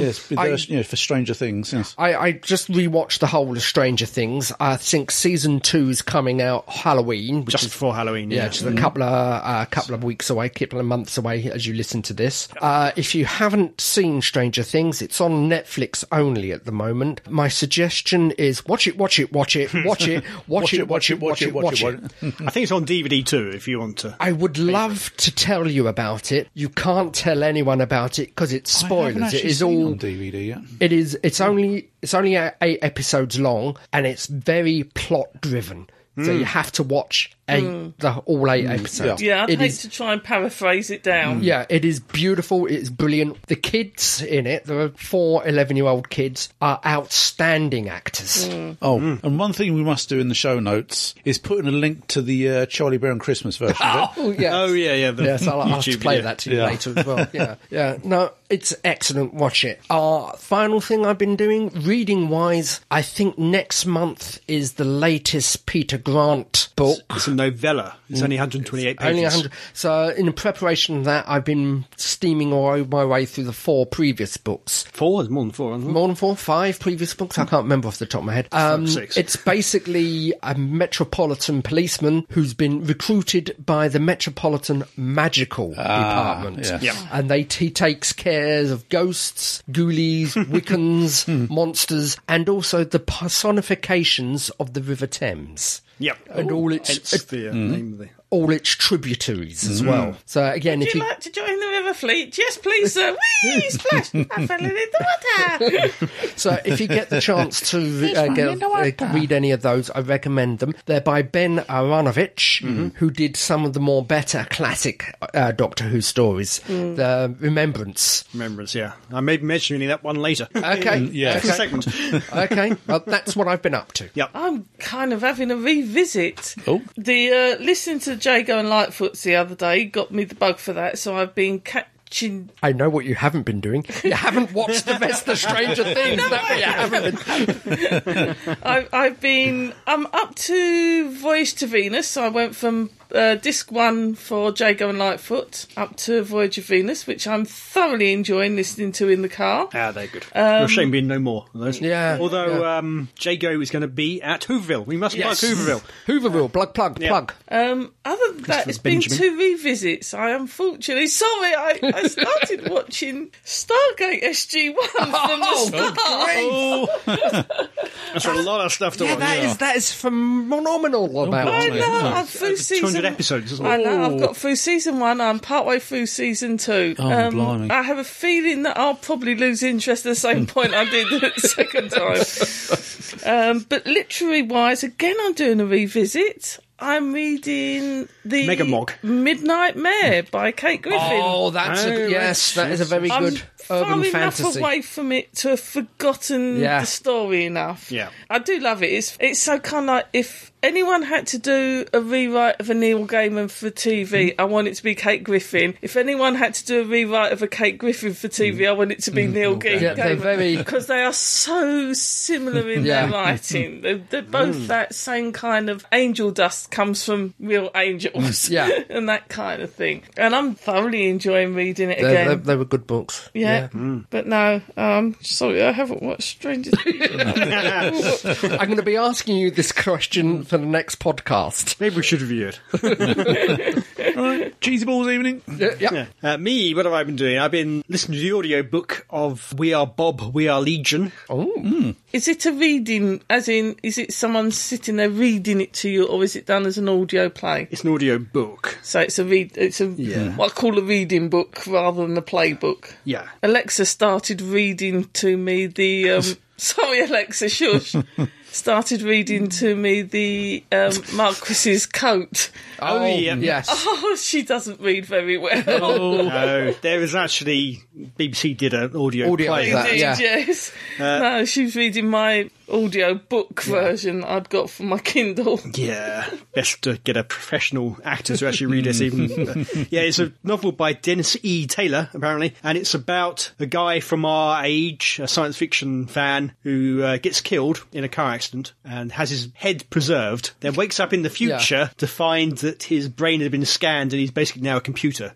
yes, but
I-
there's, you know, for Stranger Things. Yes.
I, I just rewatched the whole of Stranger Things. I think season two's coming out Halloween, which
Just
is
before Halloween.
Yeah,
Yeah.
just a couple of uh, couple of weeks away, couple of months away as you listen to this. Uh, if you haven't seen Stranger Things, it's on Netflix only at the moment. My suggestion is watch it, watch it, watch it, watch it, watch it, watch it, watch it, watch it.
I think it's on DVD too, if you want to.
I would love to tell you about it. You can't tell anyone about it because it's
I haven't
spoilers. It
actually
is
seen
all
on DVD yet.
it is. It's only. It's only uh, eight episodes long, and it's very plot driven. So you have to watch eight, the all eight episodes.
Hmm. Yeah, I'd
It
hate
is-
to try and paraphrase it
Mm.
down.
yeah, it is beautiful. It's brilliant. The kids in it, there are four 11 year old kids, are outstanding actors.
Mm.
Oh, and one thing we must do in the show notes is put in a link to the uh, Charlie Brown Christmas version. of it.
Oh, yes.
Oh yeah, yeah. The
Yes, I'll, I'll have to
YouTube
play
video.
that to you
Yeah.
later as well. Yeah, yeah. No, it's excellent. Watch it. Our final thing I've been doing, reading wise, I think next month is the latest Peter Grant book.
It's a novella. It's only 128 pages.
Mm. Only 100. So, in preparation for that, I've been steaming all my way through the four previous books.
Four, more than four. isn't it?
More than four, five previous books. I can't remember off the top of my head. Um,
six.
It's basically a metropolitan policeman who's been recruited by the Metropolitan Magical Department,
yes.
Yeah.
and they he takes cares of ghosts, ghoulies, Wiccans, monsters, and also the personifications of the River Thames.
Yep.
And all its,
Hence the uh, name of the.
all its tributaries as well. So again,
Would
if
you
you,
like to join the River Fleet? Yes, please, sir. Whee! Splash! I fell in the water.
So if you get the chance to uh, get, uh, read any of those, I recommend them. They're by Ben Aronovich, who did some of the more better classic uh, Doctor Who stories. The Remembrance.
Remembrance, yeah. I may be mentioning that one later.
Okay.
yeah.
Second
Okay.
segment.
okay. Well, that's what I've been up to.
Yep.
I'm kind of having a revisit.
Oh.
The uh, listening to Jago and Lightfoots the other day got me the bug for that, so I've been catching.
I know what you haven't been doing. You haven't watched the best of Stranger Things. That's what you haven't been.
I've, I've been. I'm up to Voyage to Venus. So I went from uh, disc one for Jago and Lightfoot up to Voyage of Venus, which I'm thoroughly enjoying listening to in the car.
Ah, they're good. You're ashamed being no more. of Those.
Um, Yeah,
Although Um, Jago is going to be at Hooverville. We must
Yes.
plug Hooverville.
Hooverville, plug, plug,
Yeah.
plug.
Um, other than that, it's been
Benjamin.
two revisits. I unfortunately, sorry, I, I started watching Stargate SG One from the start.
Oh,
That's a lot of stuff to
Yeah,
watch.
that is that is phenomenal
I
about.
blimey.
know. I'm through season.
200 episodes, isn't it?
I know. I've got through season one. I'm partway through season two. Um,
Oh, blimey.
I have a feeling that I'll probably lose interest at the same point I did the second time. um, but literary wise, again, I'm doing a revisit. I'm reading the
Megamog.
Midnight Mare by Kate Griffin.
Oh, that's
Oh,
a, yes, that is a very
I'm
good urban
far enough
fantasy.
away from it to have forgotten
Yeah.
the story enough.
Yeah.
I do love it. It's it's so kind of like if anyone had to do a rewrite of a Neil Gaiman for
Mm.
TV, I want it to be Kate Griffin. If anyone had to do a rewrite of a Kate Griffin for TV,
Mm.
I want it to be Neil Ga-
Yeah, they're
Gaiman.
very
Because they are so similar in
Yeah. Mm.
their writing. They're, they're both that same kind of angel dust comes from real angels.
Yeah.
and that kind of thing. And I'm thoroughly enjoying reading it
they,
again.
they, they were good books.
Yeah. But no, um, sorry, I haven't watched Stranger Things.
Yeah. I'm going to be asking you this question for the next podcast.
Maybe we should review it.
Cheesy balls evening.
Yeah, yeah.
Uh, me, what have I been doing? I've been listening to the audiobook of We Are Bob, We Are Legion.
Oh,
is it a reading, as in, is it someone sitting there reading it to you, or is it done as an audio play?
It's an audiobook.
So it's a read, it's a, what I call a reading book rather than a playbook.
Yeah.
Alexa started reading to me the, um, sorry, Alexa, shush. started reading to me the um, Marquis's coat.
Oh, yeah.
yes.
Oh, she doesn't read very well.
No, Uh, there is actually BBC did an audio,
Audio
play.
of that.
Indeed,
yeah.
yes. no, she's reading my audio book version I'd got for my Kindle.
Yeah, best to get a professional actor to actually read this. Even yeah, it's a novel by Dennis E. Taylor apparently, and it's about a guy from our age, a science fiction fan, who uh, gets killed in a car accident and has his head preserved. Then wakes up in the future to find that his brain had been scanned and he's basically now a computer.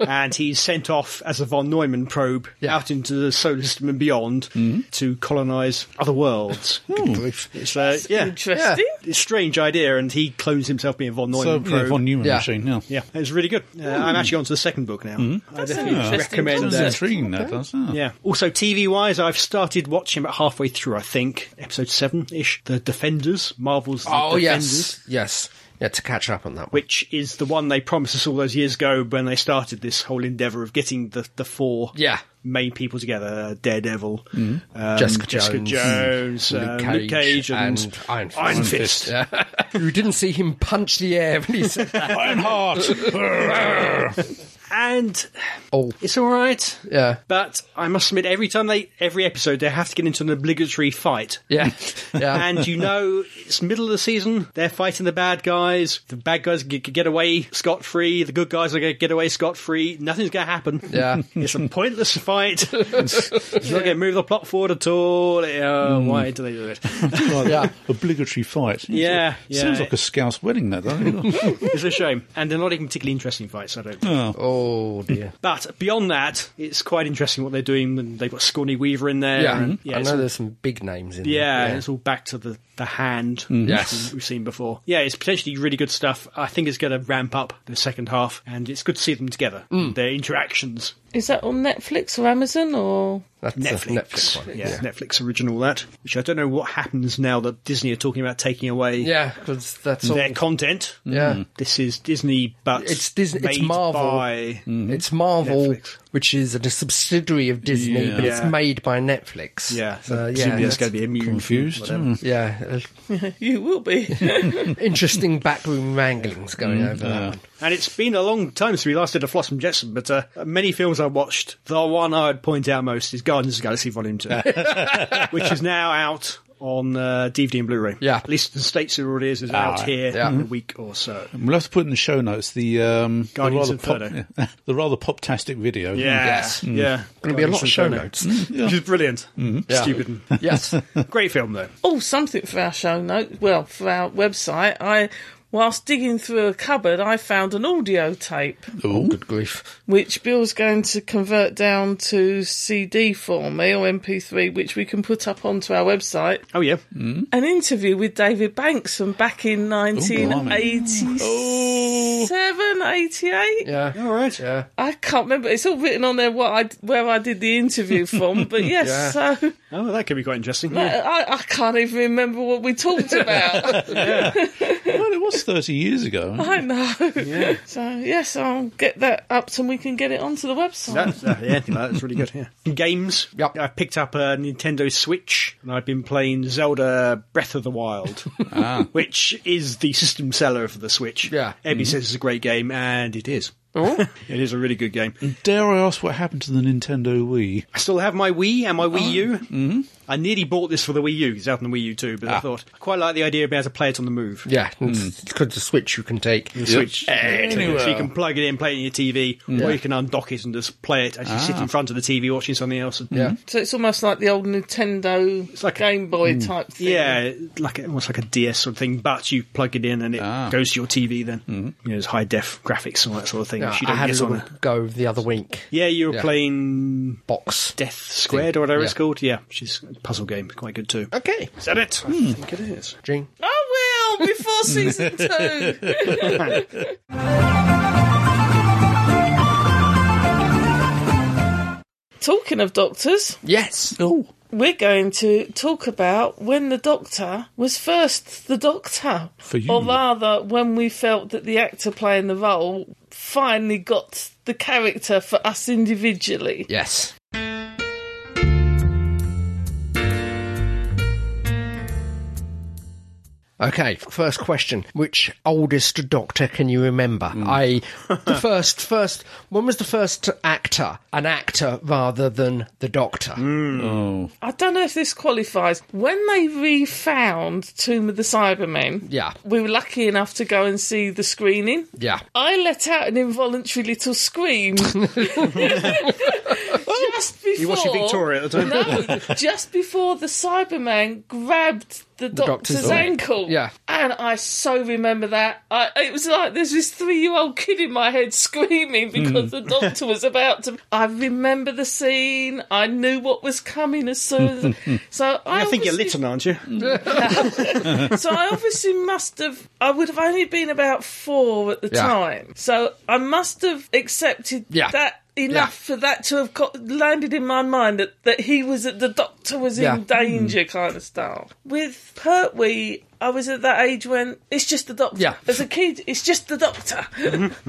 and he's sent off as a von Neumann probe
Yeah.
out into the solar system and beyond to colonize other worlds.
Hmm.
It's uh, yeah.
Interesting.
It's a strange idea, and he clones himself being Von
So,
Neumann.
yeah,
probe.
von Neumann
Yeah.
machine, yeah.
yeah, it's really good. Uh, I'm actually on to the second book now. I
Uh,
definitely
interesting
recommend
concept.
Sounds
that.
intriguing, that does, yeah.
Yeah. Also, TV wise, I've started watching about halfway through, I think, episode 7 ish, The Defenders, Marvel's The
Oh,
Defenders.
yes. Yes. Yeah, to catch up on that one.
Which is the one they promised us all those years ago when they started this whole endeavour of getting the, the four
Yeah.
main people together uh, Daredevil, um,
Jessica Jones, Hmm.
Jones, uh, Luke, Cage, and,
Iron Fist.
Iron Fist.
Yeah. you didn't see him punch the air when he said that.
Ironheart!
And
Oh.
it's all right.
Yeah.
But I must admit, every time they, every episode, they have to get into an obligatory fight.
Yeah. Yeah.
And you know, it's middle of the season. They're fighting the bad guys. The bad guys g- get away scot free. The good guys are going to get away scot free. Nothing's going to happen.
Yeah.
it's a pointless fight. it's not going to move the plot forward at all. Yeah,
Hmm.
Why do they do it?
Like
Yeah.
that Obligatory fight.
Yeah, yeah.
Sounds like a scouse wedding, that, doesn't it?
it's a shame. And they're not even particularly interesting fights. I don't. think.
oh, dear.
But beyond that, it's quite interesting what they're doing. And they've got Scorny Weaver in there.
Yeah. Mm-hmm.
and, yeah
I
it's
know
all-
there's some big names in
Yeah,
there.
and it's all back to the, the hand
Mm-hmm. Yes.
we've seen- we've seen before. Yeah, it's potentially really good stuff. I think it's going to ramp up the second half, and it's good to see them together,
Mm.
their interactions.
Is that on Netflix or Amazon or
That's the
Netflix.
Netflix one.
yeah, Netflix original that. Which I don't know what happens now that Disney are talking about taking away
Yeah, because that's all.
their content.
Yeah.
This is Disney, but
It's Disney- it's
made
Marvel. Mm.
by-
It's Marvel,
Mm-hmm. Netflix.
which is a subsidiary of Disney,
Yeah.
but it's
Yeah.
made by Netflix.
Yeah,
So, yeah.
presumably
That's,
it's
Mm.
going to be immune.
Confused.
Whatever.
yeah.
you will be?
Interesting backroom wranglings
Mm-hmm.
going over that one.
And it's been a long time since we last did a Flossom Jetsam, but uh, many films I watched, the one I would point out most is Guardians of the Galaxy Volume 2, which is now out on uh, DVD and Blu-ray.
Yeah. Ah,
At least in the States it already is. It's out here
Yeah. Mm-hmm.
in a week or so.
We'll have to put in the show notes the um, the
Guardians
rather
of
pop,
Inferno.
yeah, the rather poptastic video.
Yeah.
Yes.
Yeah.
Going to Mm. be a lot of show notes. Mm-hmm.
Which is brilliant.
Yeah.
Stupid.
Yes.
Great film, though.
Oh, something for our show note. Well, for our website, I, whilst digging through a cupboard, I found an audio tape
Oh,
Ooh.
Good grief.
which Bill's going to convert down to CD for me or MP3, which we can put up onto our website.
Oh, yeah.
Mm.
An interview with David Banks from back in 1987, 88.
Yeah.
All right.
Yeah.
I can't remember. It's all written on there what I where I did the interview from, but yes,
Yeah.
so
Oh, that could be quite interesting.
I, I, I can't even remember what we talked about.
Well, it was 30 years ago.
I know. So yes, I'll get that up and we can get it onto the website.
That's, uh, yeah, that's really good. Yeah. Games.
Yep.
I picked up a Nintendo Switch and I've been playing Zelda Breath of the Wild, Ah. which is the system seller for the Switch.
Yeah.
Ebby says it's a great game, and it is.
Oh.
It is a really good game.
Dare I ask what happened to the Nintendo Wii?
I still have my Wii and my Wii U. Ah. Mm-hmm. Ah. I nearly bought this for the Wii U. It's out on the Wii U too, but I thought I quite like the idea of being able to play it on the move.
Yeah. It's because the switch you can take.
Mm. Switch. So you can plug it in, play it on your TV, or you can undock it and just play it as you sit in front of the TV watching something else.
Yeah.
So it's almost like the old Nintendo
like a-
Game Boy type thing.
Yeah, like a, almost like a DS sort of thing, but you plug it in and it
Ah.
goes to your TV. Then
Mm-hmm.
you know, there's high def graphics and all that sort of thing.
Yeah,
which you
I
don't
had a
get on.
little
A,
go the other week.
yeah, you were
Yeah.
playing
Box.
Death Squared or whatever it's
Yeah.
called. Yeah, which is a puzzle game, quite good too.
Okay.
Is that it?
Hmm.
I think it is.
Jing.
I will before season two. Talking of doctors,
Yes.
Oh,
we're going to talk about when the doctor was first the doctor.
For you.
Or rather, when we felt that the actor playing the role finally got the character for us individually.
Yes. Okay, first question: Which oldest Doctor can you remember? I the first first when was the first actor an actor rather than the Doctor?
I don't know if this qualifies. When they refound Tomb of the Cybermen,
Yeah.
we were lucky enough to go and see the screening.
Yeah,
I let out an involuntary little scream just before.
You watching Victoria at the time?
No, just before the Cyberman grabbed the,
doctor's
doctor's,
leg.
ankle.
Yeah.
And I so remember that. I, it was like there's this three year old kid in my head screaming because the doctor was about to. I remember the scene. I knew what was coming as soon as. so I,
I think you're
obviously-
little, aren't you?
Mm.
so I obviously must have. I would have only been about four at the
Yeah.
time. So I must have accepted
Yeah.
that enough for that to have got, landed in my mind that, that he was that the doctor was
Yeah. Mm.
in danger kind of style. With Pertwee, I was at that age when it's just the doctor.
Yeah. Mm-hmm.
As a kid, it's just the doctor.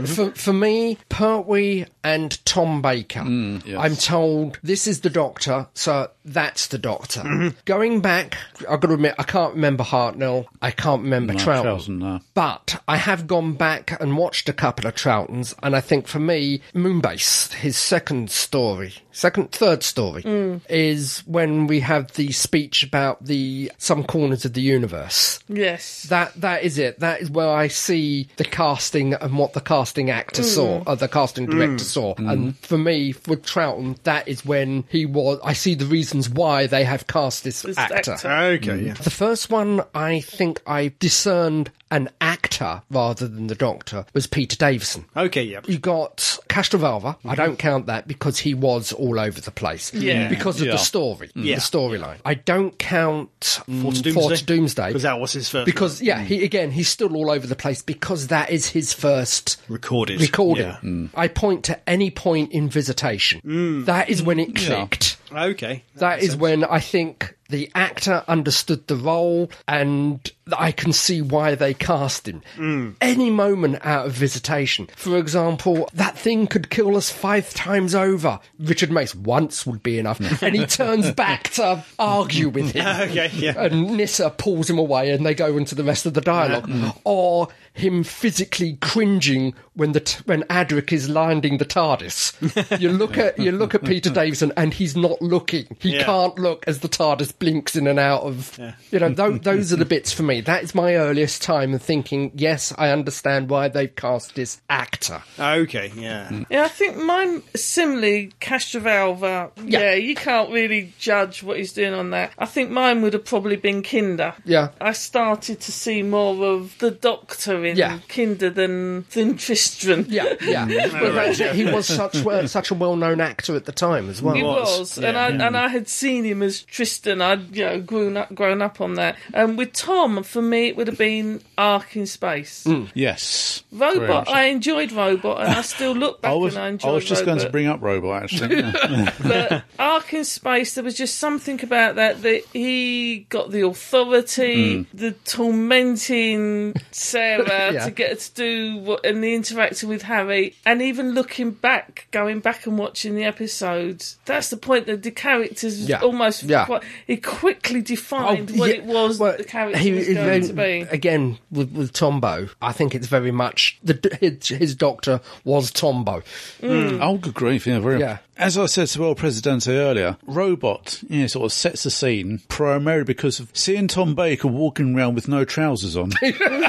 for, for me, Pertwee and Tom Baker.
Mm,
I'm told this is the Doctor, so that's the Doctor.
Mm-hmm.
Going back, I've got to admit, I can't remember Hartnell. I can't remember Troughton.
Troughton, no.
But I have gone back and watched a couple of Troutons, and I think for me, Moonbase, his second story, second, third story, is when we have the speech about the some corners of the universe.
yes.
That that is it. That is where I see the casting and what the casting actor saw, or the casting director saw. And for me, for Trouton, that is when he was. I see the reasons why they have cast this,
This
actor.
actor.
Okay, yeah.
The first one I think I discerned an actor rather than the Doctor was Peter Davison.
Okay, yeah.
You got Castrovalva.
Mm-hmm.
I don't count that because he was all over the place.
Yeah.
Because of
Yeah.
the story,
Yeah.
the storyline. I don't count
Fort to
mm,
Doomsday.
Fort to Doomsday
Because that was his first
because yeah, he again he's still all over the place because that is his first
recorded.
recording.
Yeah. Mm.
I point to any point in Visitation. That is when it clicked.
Okay.
That is when I think the actor understood the role, and I can see why they cast him.
Mm.
Any moment out of Visitation, for example, that thing could kill us five times over. Richard Mace once would be enough, and he turns back to argue with him
Okay, yeah.
and Nissa pulls him away and they go into the rest of the dialogue.
Mm.
Or him physically cringing when the t- when Adric is landing the TARDIS. You look at you look at Peter Davison and he's not looking. He
Yeah.
can't look as the TARDIS blinks in and out of you know tho- those are the bits for me. That is my earliest time in thinking, yes, I understand why they've cast this actor.
Okay,
Hmm.
yeah.
Yeah, I think mine similarly, Castrovalva. Yeah.
Yeah.
you can't really judge what he's doing on that. I think mine would have probably been Kinder.
Yeah.
I started to see more of the Doctor in
Yeah.
Kinder than than Tristran.
Yeah, yeah.
Mm.
well, that's it. He was such well- such a well-known actor at the time as well.
He
was,
was, and
yeah.
I and I had seen him as Tristan. I'd you know grown up grown up on that. And with Tom, for me, it would have been Ark in Space.
Yes. Mm. Very
Robot,
much.
I enjoyed Robot, and I still look back
I was,
and I
I
enjoyed.
was just going to
Robot.
bring up Robot, actually. Yeah.
but Ark in Space, there was just something about that that he got the
Mm.
authority, the tormenting Sarah
Yeah.
to get her to do what, and the interacting with Harry, and even looking back, going back and watching the episodes. That's the point that the characters
Yeah.
almost
Yeah.
quite, he quickly
Oh,
defined what
yeah.
it was
Well,
that the character
he-
was
he-
going
he-
to be.
Again, with, with Tombo, I think it's very much the d- his, his doctor was Tombo.
Oh, good grief. Yeah, very
Yeah.
As I said to El Presidente earlier, Robot yeah, sort of sets the scene primarily because of seeing Tom Baker walking around with no trousers on.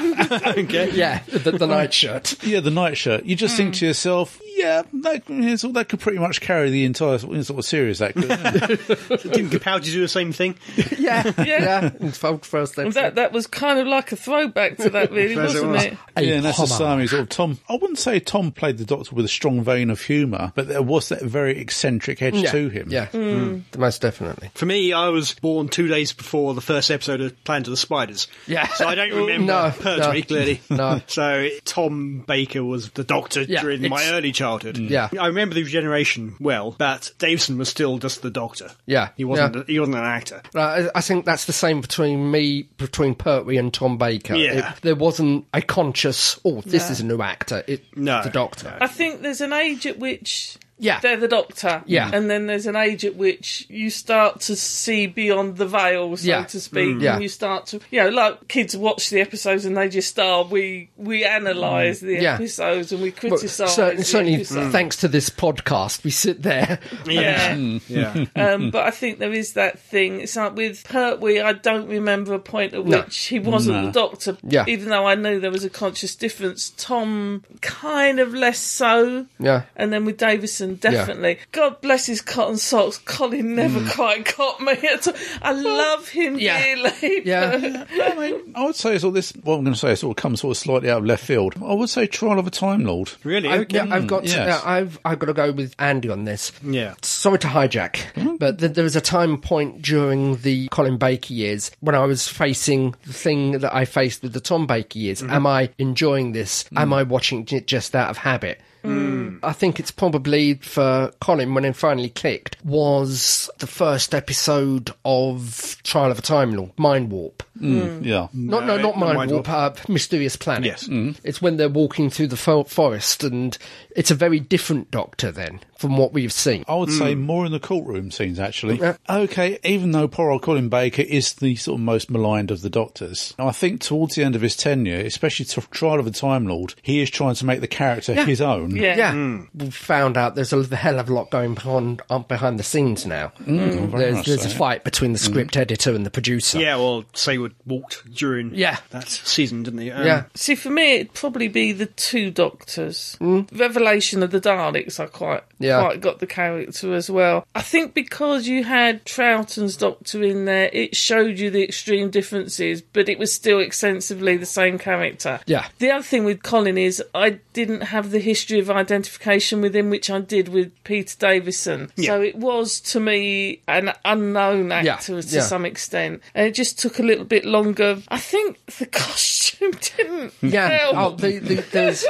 Okay.
Yeah, the, the night shirt.
yeah, the nightshirt. You just
Mm.
think to yourself, yeah, that, yeah, so that could pretty much carry the entire sort of sort of series. That could.
Didn't Capaldi do the same thing?
Yeah, yeah. And folk first they-
That that was kind of like a throwback to that, really,
Yes, it
wasn't
was.
it?
a
yeah, and that's the
homage.
same sort of Tom. I wouldn't say Tom played the Doctor with a strong vein of humour, but there was that very eccentric edge
Yeah,
to him.
Hmm.
Yeah, Mm. most definitely.
For me, I was born two days before the first episode of Planet of the Spiders.
Yeah.
So I don't remember
No,
Pertwee,
no.
clearly.
No.
So Tom Baker was the doctor
Yeah,
during my
it's-
early childhood.
Mm. Yeah.
I remember the regeneration well, but Davison was still just the doctor.
Yeah,
He wasn't,
yeah.
he wasn't an actor.
Uh, I I think that's the same between me, between Pertwee and Tom Baker.
Yeah.
It- there wasn't a conscious, oh, this is a new actor. It,
No.
The doctor.
I think there's an age at which
Yeah.
They're the doctor.
Yeah.
And then there's an age at which you start to see beyond the veil, so
Yeah. Mm.
to speak.
yeah.
And you start to, you know, like kids watch the episodes and they just start, we we analyse the
Mm. Yeah.
episodes and we
Well,
criticise.
cer-
the
certainly,
episodes.
thanks to this podcast, we sit there.
Yeah.
Mm.
Yeah.
um, but I think there is that thing. It's like with Pertwee, I don't remember a point at which he wasn't the doctor,
Yeah.
even though I knew there was a conscious difference. Tom, kind of less so.
Yeah.
And then with Davison, definitely. God bless his cotton socks. Colin never quite got me. At all. I love him
Mm. yeah.
dearly.
Yeah.
but-
I mean, I would say sort of this. What I'm going to say sort of comes sort of slightly out of left field. I would say Trial of a Time Lord.
Really?
I,
okay.
have got. To,
yes.
uh, I've I've got to go with Andy on this.
Yeah.
Sorry to hijack, but th- there was a time point during the Colin Baker years when I was facing the thing that I faced with the Tom Baker years.
Mm-hmm.
Am I enjoying this? Am I watching it just out of habit?
Mm.
I think it's probably for Colin when it finally clicked was the first episode of Trial of a Time Lord, Mind Warp.
Mm. Yeah.
Mm.
Not, no, not
No, not
Mind
Mind
Warp, uh, Mysterious Planet.
Yes.
It's when they're walking through the fo- forest, and it's a very different Doctor then from what we've seen.
I would
Mm.
say more in the courtroom scenes, actually. Okay, even though poor old Colin Baker is the sort of most maligned of the doctors, I think towards the end of his tenure, especially to Trial of the Time Lord, he is trying to make the character his own.
yeah.
Yeah, we've found out there's a hell of a lot going on on behind the scenes now. there's
much
there's
so.
a fight between the script editor and the producer.
Yeah, well, Sayward walked during
Yeah.
that season, didn't he? Um,
yeah.
See, for me, it'd probably be the two Doctors. Revelation of the Daleks, I quite
Hmm? Yeah.
quite got the character as well. I think because you had Troughton's Doctor in there, it showed you the extreme differences, but it was still extensively the same character.
Yeah.
The other thing with Colin is I didn't have the history of identification with him, which I did with Peter Davison. So it was to me an unknown
Yeah,
actor to
yeah.
some extent, and it just took a little bit longer. I think the costume didn't.
Yeah,
help.
oh, the, the, there's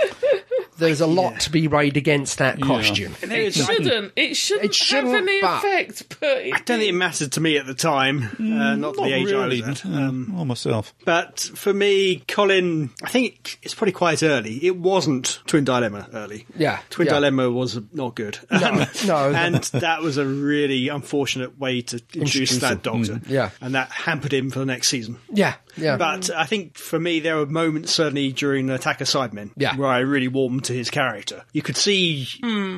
there's a lot to be weighed against that costume.
There is-
It shouldn't. It shouldn't,
It shouldn't,
have any
but-
effect. But it
I don't think it mattered to me at the time,
Mm,
uh, not, the age I was at.
Um, I myself.
But for me, Colin, I think it's probably quite early. It wasn't Twin Dilemma early.
Yeah,
Twin
yeah.
Dilemma was not good. Um,
no.
and that was a really unfortunate way to introduce
Introduce Mm,
that Doctor.
yeah.
And that hampered him for the next season.
Yeah, yeah.
But I think for me, there were moments certainly during Attack of Sidemen
Yeah.
where I really warmed to his character. You could see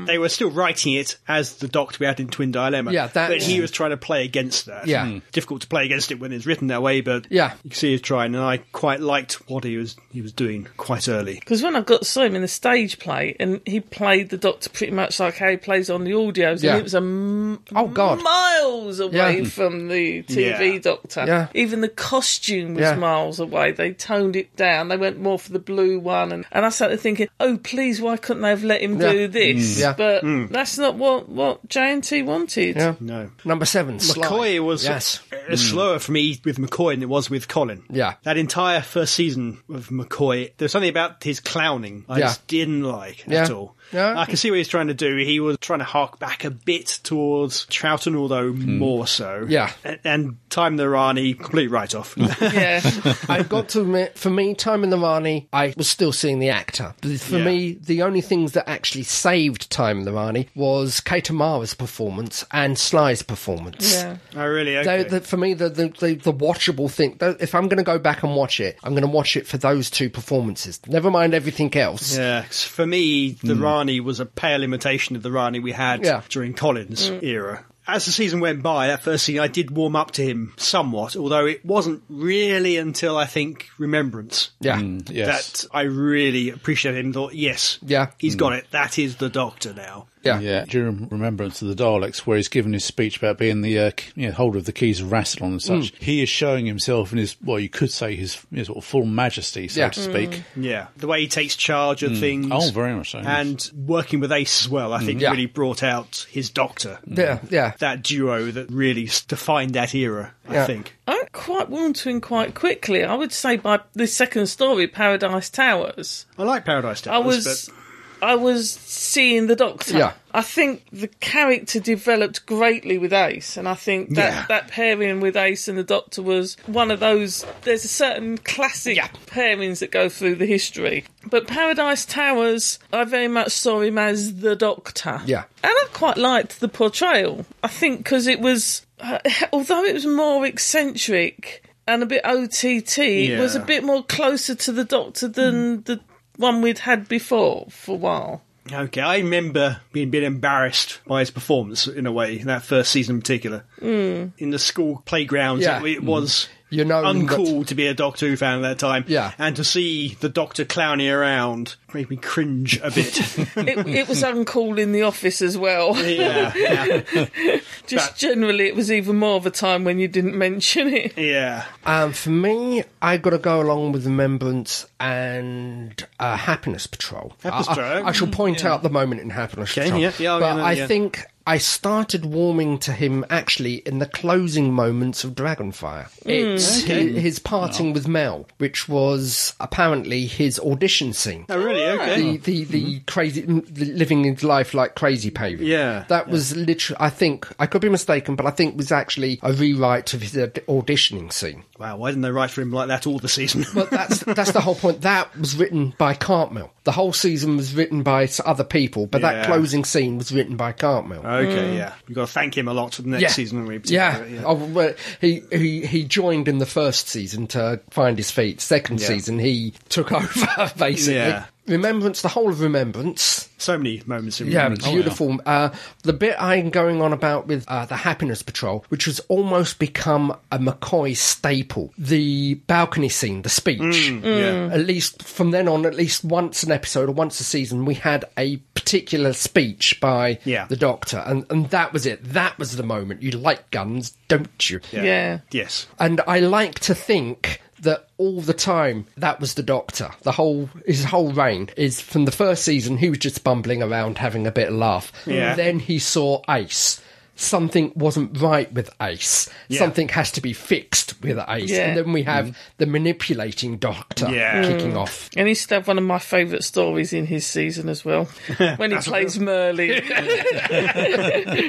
they were still writing it as the Doctor we had in Twin Dilemma.
Yeah, that-
but he was trying to play against that.
Yeah. Hmm.
difficult to play against it when it's written that way, but
Yeah.
you can see he's trying. And I quite liked what he was he was doing quite early.
Because when I got saw him in the stage play, and he played the Doctor pretty much like how he plays on the audios,
Yeah.
and it was a m-
Oh, God.
miles away
Yeah.
from the TV
Yeah.
Doctor.
Yeah.
Even the costume was
Yeah.
miles away. They toned it down. They went more for the blue one, and, and I started thinking, oh please, why couldn't they have let him
Yeah. Mm.
do this?
Yeah.
But that's not what what J&T wanted.
yeah.
No.
Number seven, Sly.
McCoy was
yes. Mm.
uh, slower for me with McCoy than it was with Colin.
Yeah.
That entire first season of McCoy, there was something about his clowning I
Yeah.
just didn't like
Yeah.
at all.
Yeah.
I can see what he's trying to do. He was trying to hark back a bit towards Troughton, although more so.
Hmm. Yeah.
And, and Time the Rani, complete write off.
Yeah.
I've got to admit, for me, Time in the Rani, I was still seeing the actor. For
Yeah.
me, the only things that actually saved Time in the Rani was Katamara's performance and Sly's performance.
yeah.
oh, really?
They-
Okay.
the- for me, the, the, the, the watchable thing, tho- if I'm going to go back and watch it, I'm going to watch it for those two performances. Never mind everything else.
Yeah, 'cause for me, the Rani was a pale imitation of the Rani we had
Yeah.
during Collins' era. As the season went by, that first season, I did warm up to him somewhat, although it wasn't really until I think Remembrance
Yeah.
Mm,
Mm.
Yes.
that I really appreciated him. Thought, yes,
Yeah.
he's got it. That is the Doctor now.
Yeah.
Yeah, during Remembrance of the Daleks, where he's given his speech about being the uh, k- you know, holder of the keys of Rassilon and such, he is showing himself in his, well, you could say his, his sort of full majesty, so
Yeah.
to speak.
Yeah, the way he takes charge of things.
Oh, very much so. yes.
and working with Ace as well, I think
Yeah. Hmm.
really brought out his Doctor.
Yeah. Yeah.
That duo that really s- defined that era, I
Yeah.
think.
I'm quite warmed to him quite quickly. I would say by the second story, Paradise Towers,
I like Paradise Towers.
I was.
but
I was seeing the Doctor.
Yeah.
I think the character developed greatly with Ace, and I think that,
Yeah.
that pairing with Ace and the Doctor was one of those. There's a certain classic
Yeah.
pairings that go through the history. But Paradise Towers, I very much saw him as the Doctor.
Yeah.
And I quite liked the portrayal. I think because it was, uh, although it was more eccentric and a bit OTT, it was a
Yeah.
bit more closer to the Doctor than the one we'd had before for a while.
Okay, I remember being a bit embarrassed by his performance in a way, in that first season in particular. In the school playgrounds,
Yeah. Mm-hmm.
it, it was
You know that-
uncool to be a Doctor Who fan at that time.
Yeah.
And to see the Doctor clowning around made me cringe a bit.
It, it was uncool in the office as well.
yeah, yeah,
Just generally, it was even more of a time when you didn't mention it.
yeah.
Um, for me, I got to go along with Remembrance and uh, Happiness Patrol.
Happiness
I- I-
Patrol. mm-hmm.
I, shall point out the moment in Happiness
Okay,
Patrol.
yeah, yeah, I'll
but
go there,
I
yeah.
think I started warming to him actually in the closing moments of Dragonfire.
Hmm,
It's hi- his,
Oh.
parting with Mel, which was apparently his audition scene.
Oh, really? Okay. Mm-hmm.
The the, the crazy the living his life like crazy paving.
Yeah,
that was literally. I think I could be mistaken, but I think was actually a rewrite of his uh, auditioning scene.
Wow, why didn't they write for him like that all the season?
But that's that's the whole point. That was written by Cartmill. The whole season was written by s- other people, but that
Yeah.
closing scene was written by Cartmill.
okay, yeah. We've got to thank him a lot for the next
yeah.
season. haven't we?
yeah. Oh, well, he, he he joined in the first season to find his feet. Second
Yeah.
season, he took over basically.
Yeah.
Remembrance, the whole of Remembrance.
So many moments in
Yeah,
Remembrance.
beautiful. Uh, the bit I'm going on about with uh, the Happiness Patrol, which has almost become a McCoy staple, the balcony scene, the speech.
Mm, Yeah.
At least from then on, at least once an episode or once a season, we had a particular speech by
Yeah.
the Doctor, and and that was it. That was the moment. You like guns, don't you?
Yeah.
Yes.
And I like to think that all the time that was the Doctor. The whole his whole reign is from the first season. He was just bumbling around, having a bit of laugh.
Yeah.
Then he saw Ace. Something wasn't right with Ace.
Yeah. Mm.
Something has to be fixed with Ace.
Yeah.
And then we have the manipulating Doctor
Yeah.
kicking off.
And he used to have one of my favourite stories in his season as well, when he plays Merlin.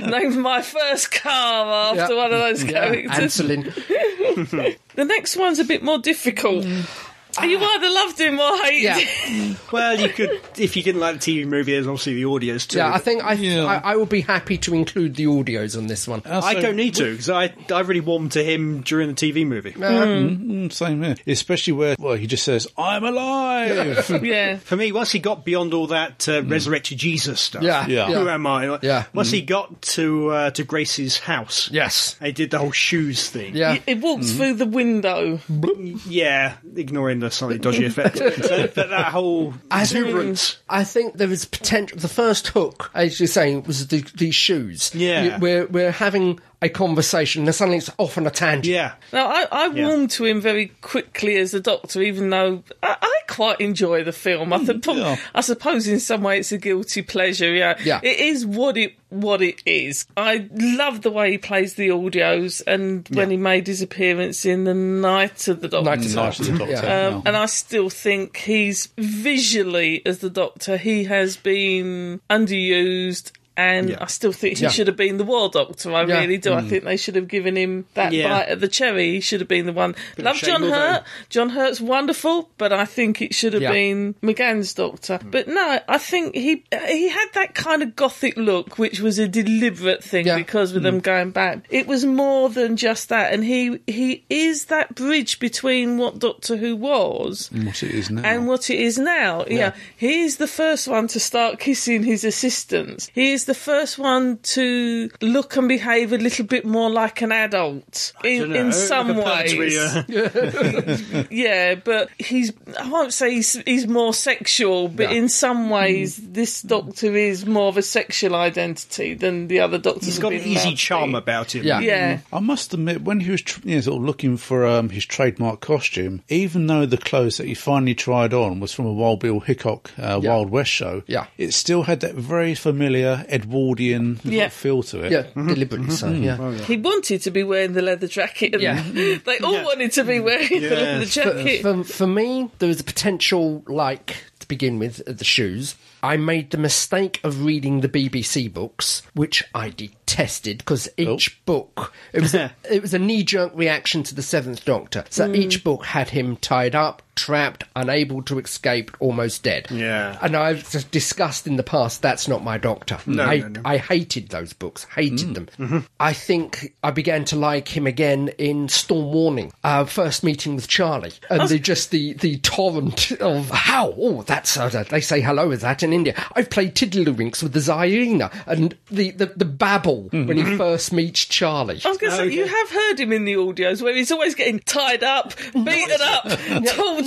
Named my first car after
Yeah.
one of those
Yeah,
characters.
Anselin.
The next one's a bit more difficult. You either loved him or hated
Yeah.
him.
Well, you could, if you didn't like the TV movie, there's obviously the audios too.
Yeah, I think I,
Yeah.
I I will be happy to include the audios on this one.
I don't e-, need to because I, I really warmed to him during the TV movie.
Mm, Same here. Especially where, well, he just says, I'm alive.
Yeah.
For me, once he got beyond all that uh, resurrected Jesus stuff,
yeah,
Yeah.
who am I? Like,
Yeah.
Once he got to uh, to Grace's house,
Yes.
they did the whole shoes thing.
Yeah.
It walks through the window.
yeah, ignoring the slightly dodgy effect, So that, that whole exuberance.
I think there was potential. The first hook, as you're saying, was the, the shoes.
Yeah.
You- we're we're having a conversation, and suddenly it's off on a tangent.
Yeah,
Now, I, I
Yeah.
warmed to him very quickly as the Doctor, even though I, I quite enjoy the film. I, think prob-
yeah.
I suppose in some way it's a guilty pleasure. Yeah,
Yeah.
it is what it what it is. I love the way he plays the audios, and when he made his appearance in the Night of the Doctor.
Night of the
Nice to the doctor. Oh,
Yeah.
um, and I still think he's visually, as the Doctor, he has been underused, and I still think he
Yeah.
should have been the War Doctor. I
Yeah. Mm.
really do. I think they should have given him that
Yeah.
bite at the cherry. He should have been the one. Love
shame,
John
although-
Hurt. John Hurt's wonderful, but I think it should have
Yeah. Mm.
been McGann's Doctor. But no, I think he he had that kind of gothic look, which was a deliberate thing
Yeah.
because with
Hmm.
them going back, it was more than just that. And he he is that bridge between what Doctor Who was
What it is now.
and what it is now. Yeah. He is the first one to start kissing his assistants. He is the first one to look and behave a little bit more like an adult in,
Dunno,
in some
compared to,
ways.
uh,
Yeah, but he's, I won't say he's, he's more sexual, but in
Hmm.
some ways, this doctor is more of a sexual identity than the other doctors.
he's
have
got an
been
easy
about
charm
being.
about him.
Yeah.
Yeah.
I must admit, when he was tr- you know, sort of looking for um, his trademark costume, even though the clothes that he finally tried on was from a Wild Bill Hickok uh, Wild West show,
Yeah.
it still had that very familiar Edwardian sort of
Yeah.
feel to it.
Yeah,
Mm-hmm.
deliberately so. Yeah,
He wanted to be wearing the leather jacket. And
Yeah.
they all wanted to be wearing the leather
for,
jacket.
for, for me, there was a potential like to begin with uh, the shoes. I made the mistake of reading the BBC books, which I detested
Oh.
because each book it was a, it was a knee jerk reaction to the Seventh Doctor.
Hmm.
So each book had him tied up, trapped, unable to escape, almost dead.
Yeah.
and I've just discussed in the past that's not my Doctor. I,
no, no.
I hated those books,
Mm.
hated them.
Mm-hmm.
I think I began to like him again in Storm Warning, our first meeting with Charlie, and the, just the, the torrent of how oh that's uh, they say hello is that in India? I've played Tiddlywinks with the Zyena and the the, the babble
Mm-hmm.
when he first meets Charlie.
I was going to say, you have heard him in the audios where he's always getting tied up, beaten up, tortured.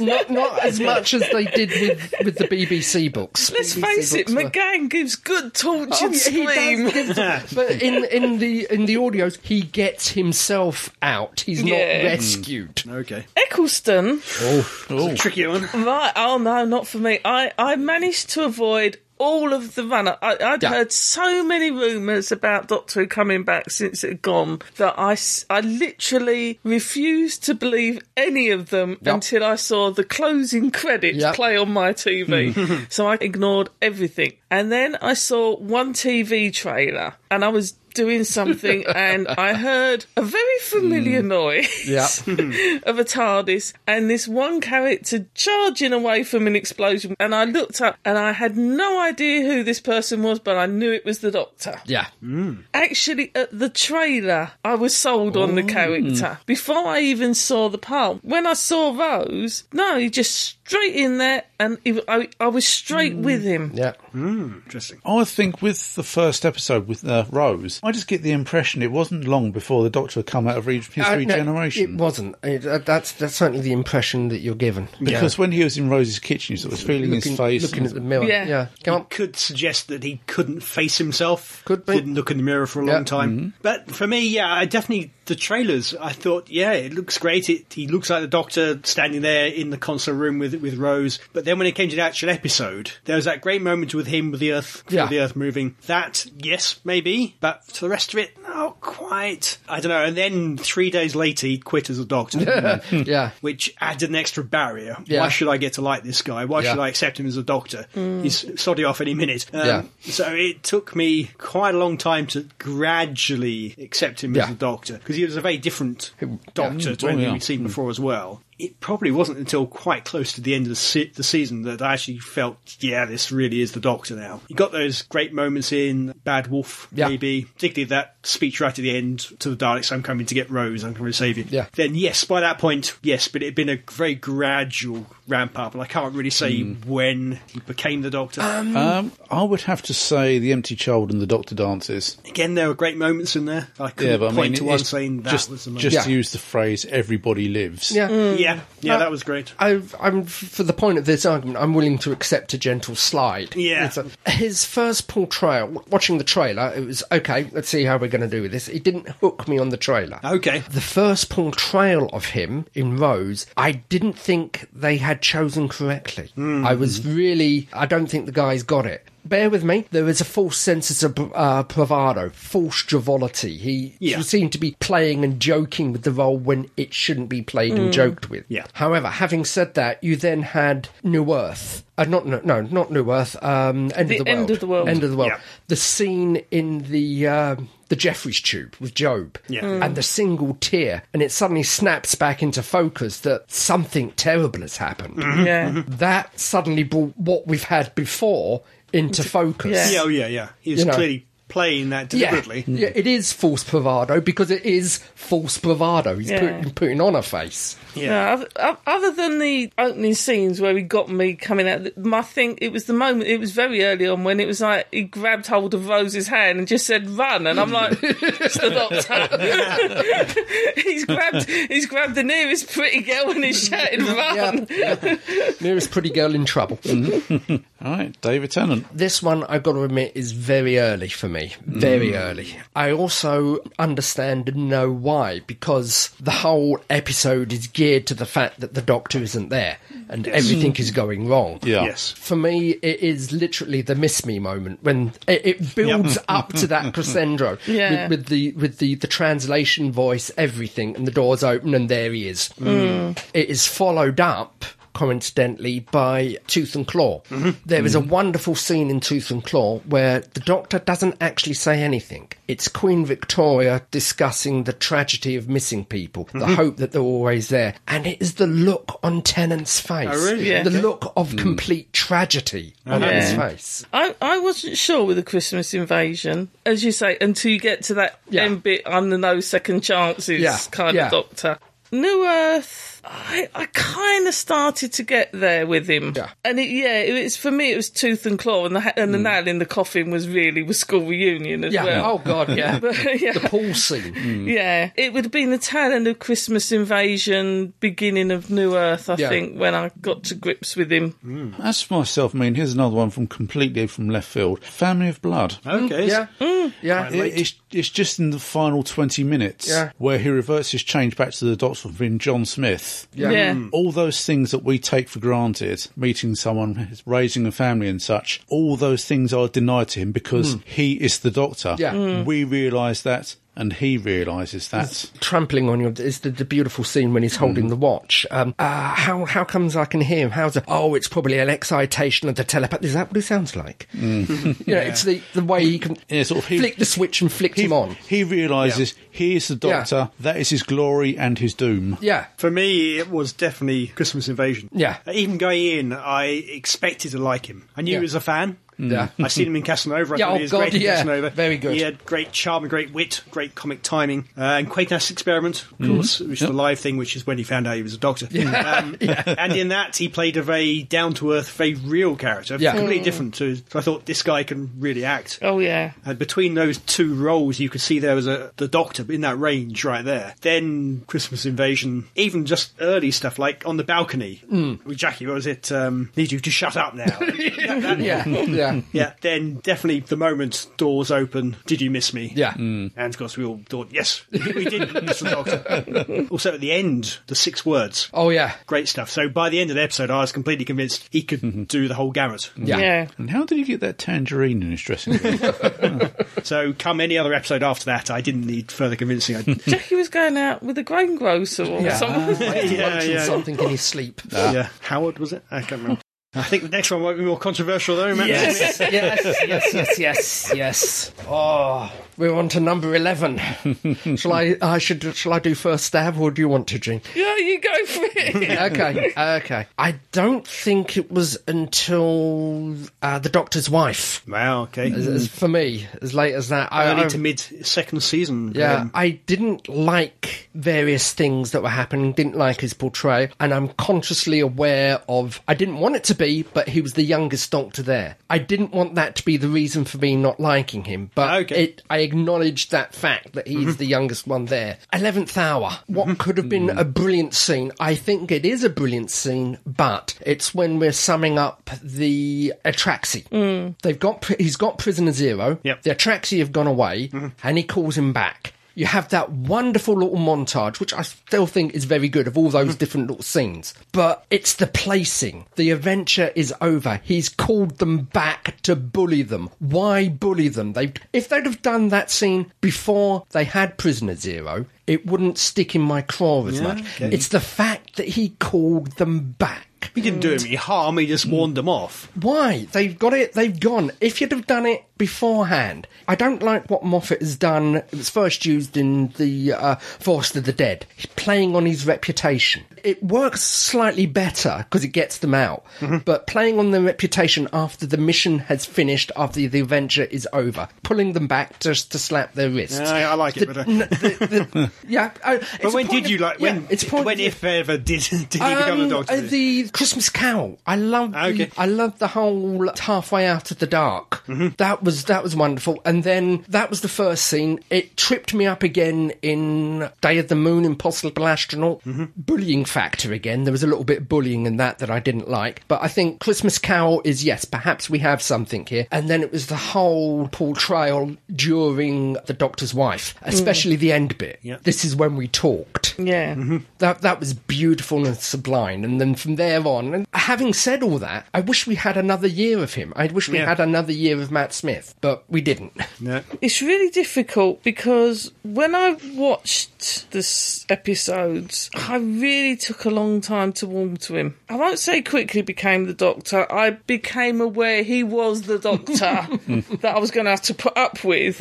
Not, not not as much as they did with, with the BBC books.
Let's
BBC
face it,
books were-
McGann gives good tortured
Oh, yeah, he
scream.
does give them- but in in the in the audios, he gets himself out. He's
Yeah.
not rescued.
Okay.
Eccleston
It's a tricky one.
Right. Oh no, not for me. I I managed to avoid all of the run up. I, I'd
Yeah.
heard so many rumours about Doctor Who coming back since it had gone that I, s- I literally refused to believe any of them
Yep.
until I saw the closing credits
Yep.
play on my TV. so I ignored everything. And then I saw one TV trailer and I was doing something and I heard a very familiar noise
Yeah.
of a TARDIS and this one character charging away from an explosion. And I looked up and I had no idea who this person was, but I knew it was the Doctor.
Yeah,
Actually, at the trailer, I was sold on the character before I even saw the part. When I saw Rose, no, he just straight in there and he, I, I was straight with him.
yeah.
Interesting.
I think with the first episode with uh, Rose, I just get the impression it wasn't long before the Doctor had come out of his
Uh, no,
regeneration.
It wasn't. It, uh, that's that's certainly the impression that you're given.
because when he was in Rose's kitchen, he sort of was feeling
looking,
his face.
looking
and-
at the mirror.
Yeah.
Yeah, come on.
Could suggest that he couldn't face himself.
Could be.
Didn't look in the mirror for a
Yeah. Mm-hmm.
long time. But for me, yeah, I definitely the trailers. I thought, yeah, it looks great. It he looks like the Doctor standing there in the console room with with Rose. But then when it came to the actual episode, there was that great moment with him with the Earth,
Yeah.
with the Earth moving. That yes, maybe, but for the rest of it, not quite. I don't know. And then three days later, he quit as a Doctor.
Yeah,
which added an extra barrier.
Yeah.
Why should I get to like this guy? Why
Yeah.
should I accept him as a doctor? He's soddy off any minute. Um,
Yeah.
So it took me quite a long time to gradually accept him as
Yeah.
a doctor because he was a very different doctor to
Oh,
anything
yeah.
we'd seen before as well. It probably wasn't until quite close to the end of the, se- the season that I actually felt, yeah, this really is the Doctor now. You got those great moments in Bad Wolf,
Yeah.
maybe, particularly that speech right at the end to the Daleks, I'm coming to get Rose, I'm coming to save you
Yeah.
then yes, by that point, yes, but it had been a very gradual ramp up, and I can't really say
Hmm.
when he became the Doctor.
Um, I would have to say the empty child and the Doctor dances.
Again, there were great moments in there. I couldn't
Yeah, but I
point
mean,
to
it-
one
it's
saying that
just,
was the moment.
just
Yeah. Hmm. Uh,
to use the phrase "everybody lives."
yeah.
Mm.
yeah, yeah, that was great.
I, I'm for the point of this argument. I'm willing to accept a gentle slide.
Yeah.
It's a- his first portrayal. w- Watching the trailer, it was okay. Let's see how we're going to do with this. It didn't hook me on the trailer.
Okay.
The first portrayal of him in Rose, I didn't think they had chosen correctly. I was really. I don't think the guy's got it. Bear with me. There was a false sense of uh, bravado, false joviality. He
Yeah.
seemed to be playing and joking with the role when it shouldn't be played and joked with.
Yeah.
However, having said that, you then had New Earth. Uh, not no, no, not New Earth. Um, end
The
of the
End
world.
of the World.
End of the world.
Yeah.
The scene in the um, the Jeffrey's tube with Job.
Yeah. Mm.
And the single tear, and it suddenly snaps back into focus that something terrible has happened.
Yeah.
That suddenly brought what we've had before into focus.
Yeah.
Yeah, oh, yeah, yeah. He was
You know.
clearly playing that
Yeah,
deliberately.
yeah, it is false bravado because it is false bravado. He's
Yeah.
putting, putting on a face.
Yeah.
No, oth- oth- other than the opening scenes where he got me coming out, th- my thing, it was the moment, it was very early on when it was like he grabbed hold of Rose's hand and just said, run. And I'm like, it's the doctor. he's grabbed he's grabbed the nearest pretty girl and he's shouted, run.
Nearest pretty girl in trouble.
All right, David Tennant.
This one, I've got to admit, is very early for me. Very early. I also understand and know why, because the whole episode is geared to the fact that the doctor isn't there and everything is going wrong.
Yeah.
Yes.
For me, it is literally the miss me moment when it, it builds up to that crescendo
Yeah.
with, with the with the, the translation voice, everything, and the doors open and there he is. It is Mm. followed up coincidentally, by Tooth and Claw. There is a wonderful scene in Tooth and Claw where the doctor doesn't actually say anything. It's Queen Victoria discussing the tragedy of missing people, the hope that they're always there. And it is the look on Tennant's face.
really?
Yeah.
The look of complete tragedy on his face.
I, I wasn't sure with the Christmas invasion, as you say, until you get to that
Yeah.
end bit. I'm the no second chances
Yeah,
kind
yeah.
of doctor. New Earth. I, I kind of started to get there with him,
Yeah. Mm.
and it, yeah, it was for me. It was tooth and claw, and the ha- and the nail in the coffin was really was school reunion as
Yeah.
well.
Oh, God, yeah.
yeah.
The pool scene.
Yeah, it would have been the tail end of Christmas Invasion, beginning of New Earth, I
Yeah.
think, when I got to grips with him.
As for myself, I mean, here's another one from completely from left field Family of Blood.
Okay.
Yeah. Yeah.
It- it's, it's just in the final 20 minutes
Yeah.
where he reverts his change back to the doctor from John Smith.
Yeah.
All those things that we take for granted, meeting someone, raising a family and such, all those things are denied to him
Hmm.
because he is the doctor.
Yeah. Mm.
We realise that and he realises that.
trampling on your is the, the beautiful scene when he's holding the watch. Um, uh, how how comes I can hear him? How's it? Oh, it's probably an excitation of the telepath. Is that what he sounds like? you know, it's the, the way he can
Yeah, sort of he-
flick the switch and flick
He,
him on.
he realises he is the
Yeah.
doctor, that is his glory and his doom.
Yeah,
For me, it was definitely Christmas Invasion. Uh,
Yeah.
Even going in, I expected to like him. I knew
Yeah.
he was a fan.
Yeah.
I've seen him in Casanova. I
Yeah,
thought
oh
he was
God,
great in
yeah.
Casanova.
Very good.
He had great charm, and great wit, great comic timing, uh, and Quakeness Experiment, of
Mm.
course, which is the live thing, which is when he found out he was a doctor. Um, And in that, he played a very down to earth, very real character,
Yeah.
completely different to. So I thought this guy can really act.
Oh, yeah.
And between those two roles, you could see there was a the Doctor in that range right there. Then Christmas Invasion, even just early stuff like on the balcony
Hmm.
with Jackie. What was it? Um, Need you to shut up now. yeah, that-
yeah, yeah,
yeah. Then definitely the moment doors open. Did you miss me? Hmm.
yeah.
And of course we all thought yes, we did miss the Doctor. also at the end, the six words.
Oh yeah,
Great stuff. So by the end of the episode, I was completely convinced he
Mm-hmm.
could do the whole gamut.
Yeah.
Yeah.
And how did he get that tangerine in his dressing room?
So come any other episode after that, I didn't need further convincing. I,
Jackie was going out with a grocer or
Yeah.
something.
yeah,
Mentioned something in his sleep.
Yeah, Ah. Howard was it? I can't remember. I think the next one might be more controversial though, Matt.
yes, yes, yes, yes, yes. Oh, we're on to number eleven. shall I? I should. Shall I do first stab, or do you want to, Jean?
yeah, you go for it.
okay, okay. I don't think it was until uh, the Doctor's wife.
Wow, okay.
as- as for me, as late as that, I,
Early
I-
to mid second season.
yeah,
um,
I didn't like various things that were happening. Didn't like his portrayal, and I'm consciously aware of. I didn't want it to be, but he was the youngest Doctor there. I didn't want that to be the reason for me not liking him, but
Okay. Mm-hmm.
it. I acknowledged that fact that he's the youngest one there. Eleventh hour. What could have been a brilliant scene. I think it is a brilliant scene, but it's when we're summing up the Atraxi. They've got. pri- He's got prisoner zero.
Mm. Yep.
The Atraxi have gone away, and he calls him back. You have that wonderful little montage, which I still think is very good, of all those different little scenes. But it's the placing. The adventure is over. He's called them back to bully them. Why bully them? They, if they'd have done that scene before they had Prisoner Zero, it wouldn't stick in my craw as much. It's the fact that he called them back.
he didn't do him any harm. He just warned them off.
Why? They've got it, they've gone. If you'd have done it beforehand, I don't like what Moffat has done. It was first used in the uh, Force of the Dead. He's playing on his reputation. It works slightly better because it gets them out,
Mm-hmm.
but playing on their reputation after the mission has finished, after the adventure is over, pulling them back just to slap their wrists.
Yeah, I- I like
The-
it, but, uh,
n- the- the- yeah. uh, it's a
But when
point
did
of-
you like?
yeah,
When?
it's a point
when
of view.
if ever did did he become a
Um,
doctor?
uh, the Christmas Carol. I love.
Okay. Mm-hmm.
The, I love the whole halfway out of the dark. That was that was wonderful. And then that was the first scene. It tripped me up again in Day of the Moon, Impossible Astronaut.
Mm-hmm.
Bullying factor again. There was a little bit of bullying in that that I didn't like. But I think Christmas Carol is yes, perhaps we have something here. And then it was the whole portrayal during the Doctor's wife, especially the end bit.
Mm. Yeah.
This is when we talked
yeah.
that that was beautiful and sublime and then from there on and having said all that i wish we had another year of him i wish we
Yeah.
had another year of matt smith with, but we didn't.
No.
It's really difficult because when I watched this episodes, I really took a long time to warm to him. I won't say quickly became the doctor. I became aware he was the doctor that I was going to have to put up with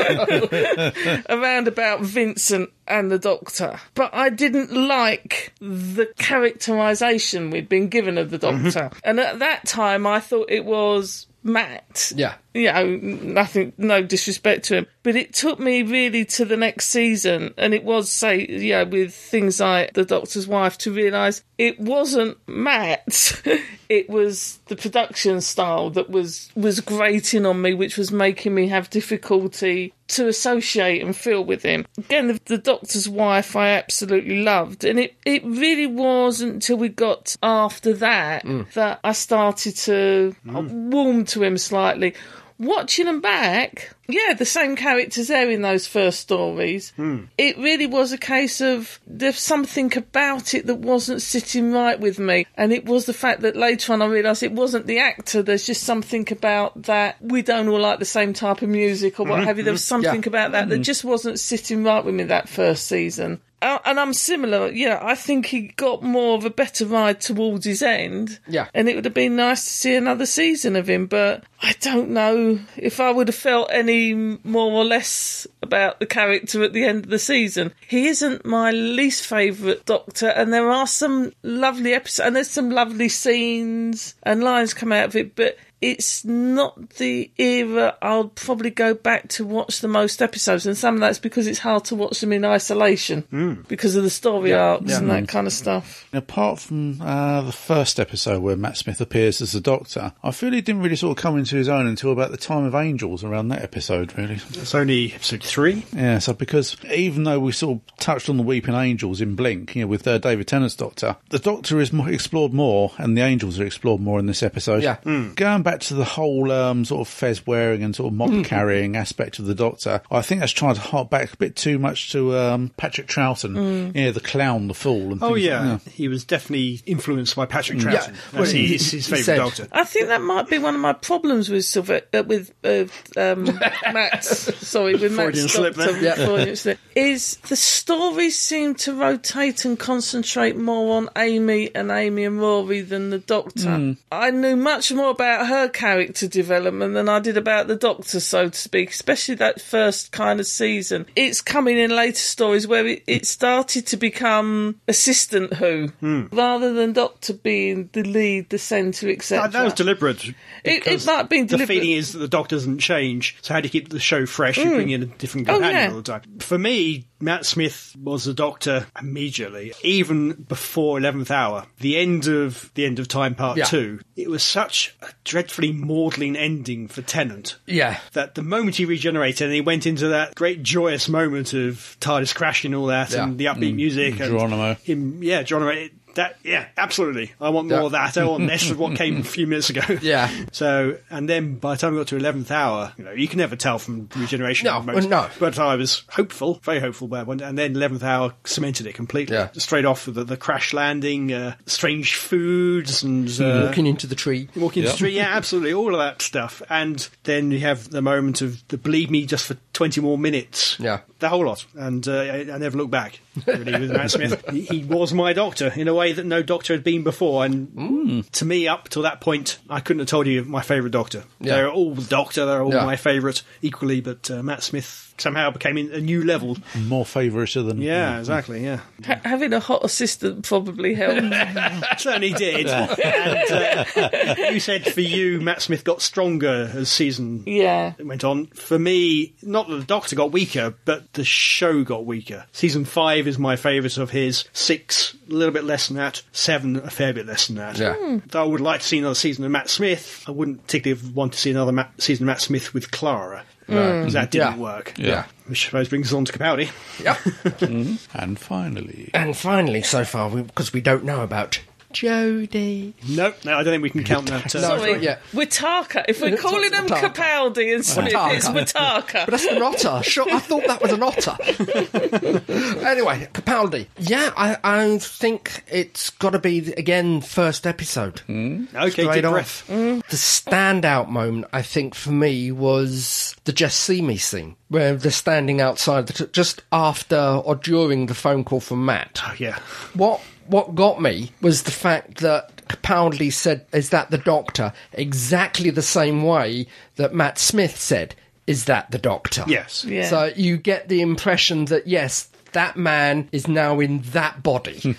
around about Vincent and the Doctor, but I didn't like the characterisation we'd been given of the Doctor. And at that time, I thought it was Matt.
Yeah.
You know, nothing, no disrespect to him. But it took me really to the next season, and it was, say, yeah, with things like The Doctor's Wife, to realise it wasn't Matt. it was the production style that was, was grating on me, which was making me have difficulty to associate and feel with him. Again, the, the Doctor's Wife I absolutely loved, and it, it really wasn't until we got after that that I started to uh, warm to him slightly. Watching them back, yeah, the same characters there in those first stories. It really was a case of there's something about it that wasn't sitting right with me. And it was the fact that later on I realised it wasn't the actor, there's just something about that we don't all like the same type of music or what have you. There was something about that that just wasn't sitting right with me that first season. Uh, and I'm similar, yeah. I think he got more of a better ride towards his end.
Yeah.
And it would have been nice to see another season of him, but I don't know if I would have felt any more or less about the character at the end of the season. He isn't my least favourite Doctor, and there are some lovely episodes, and there's some lovely scenes and lines come out of it, but it's not the era I'll probably go back to watch the most episodes, and some of that's because it's hard to watch them in isolation because of the story arcs and that kind of stuff.
Apart from uh, the first episode where Matt Smith appears as the Doctor, I feel he didn't really sort of come into his own until about the time of Angels around that episode, really.
It's only episode three.
Yeah, so because even though we sort of touched on the Weeping Angels in Blink, you know, with uh, David Tennant's Doctor, the Doctor is more explored more, and the Angels are explored more in this episode.
Yeah.
Hmm.
Going back to the whole um, sort of fez wearing and sort of mop carrying aspect of the Doctor, I think that's trying to hark back a bit too much to um, Patrick Troughton, yeah, the clown, the fool, and
Oh
things
yeah.
like that.
he was definitely influenced by Patrick Troughton.
Mm. Well,
That's
he-
his, his
he
favourite
said-
Doctor.
I think that might be one of my problems with Sylve- uh, with uh, um, Max. Sorry, with Max.
Freudian slip
Doctor,
there.
Freudian slip, Is the stories seem to rotate and concentrate more on Amy and Amy and Rory than the Doctor. I knew much more about her character development than I did about the Doctor, so to speak. Especially that first kind of season. It's coming in later stories where it, it started to become Assistant Who rather than Doctor being the lead, the centre, etc.
Hmm. That, that was deliberate.
It, it
because
might be
The
deliberate.
feeling is that the Doctor doesn't change, so how do you keep the show fresh? You bring in a different
Oh,
companion
yeah.
all the time. For me, Matt Smith was the Doctor immediately, even before Eleventh Hour, the end of the end of time part
Yeah.
two. It was such a dreadfully maudlin ending for Tennant.
Yeah.
that the moment he regenerated and he went into that great joyous moment of TARDIS crashing all that
Yeah. Mm.
and the upbeat music and
Geronimo.
him yeah Geronimo it- that yeah absolutely I want
Yeah.
more of that I want less of what came a few minutes ago
Yeah.
so and then by the time we got to 11th hour you know you can never tell from regeneration
No,
most,
no.
but I was hopeful very hopeful by one and then 11th hour cemented it completely
Yeah.
straight off with the, the crash landing uh, strange foods and uh,
Walking into the tree.
Walking the street, yeah, absolutely, all of that stuff. And then you have the moment of the believe me just for 20 more minutes.
Yeah.
The whole lot. And uh, I, I never look back, really, with Matt Smith. He, he was my doctor in a way that no doctor had been before. And
Mm.
to me, up till that point, I couldn't have told you my favourite doctor.
Yeah.
They're all the doctor, they're all
Yeah.
my favourite equally, but uh, Matt Smith somehow became in- a new level.
More favourite than
Yeah, exactly, yeah.
Ha- having a hot assistant probably helped.
Certainly did. and uh, you said for you, Matt Smith got stronger as season
yeah.
it went on. For me, not that the Doctor got weaker, but the show got weaker. Season five is my favourite of his. Six, a little bit less than that. Seven, a fair bit less than that.
Yeah. Hmm.
Though I would like to see another season of Matt Smith. I wouldn't particularly want to see another Matt, season of Matt Smith with Clara.
Hmm.
Because that didn't
Yeah.
work.
Yeah.
Which I suppose brings us on to Capaldi.
Yeah.
And finally,
and finally, so far, because we, 'cause we don't know about Jodie.
No, no, I don't think we can count that. Uh,
No.
Sorry,
yeah.
Wataka. If we're calling them
Wataka.
Capaldi and Smith, it's
But
Wataka.
that's an otter. Sure, I thought that was an otter. anyway, Capaldi. Yeah, I, I think it's got to be again first episode.
Hmm. Okay,
Straight
deep
off. Mm.
breath.
The standout moment, I think, for me was the Just See Me scene, where they're standing outside, the t- just after or during the phone call from Matt.
Oh, yeah.
What what got me was the fact that Capaldi said, "Is that the Doctor?" Exactly the same way that Matt Smith said, "Is that the Doctor?"
Yes.
Yeah.
So you get the impression that yes, that man is now in that body,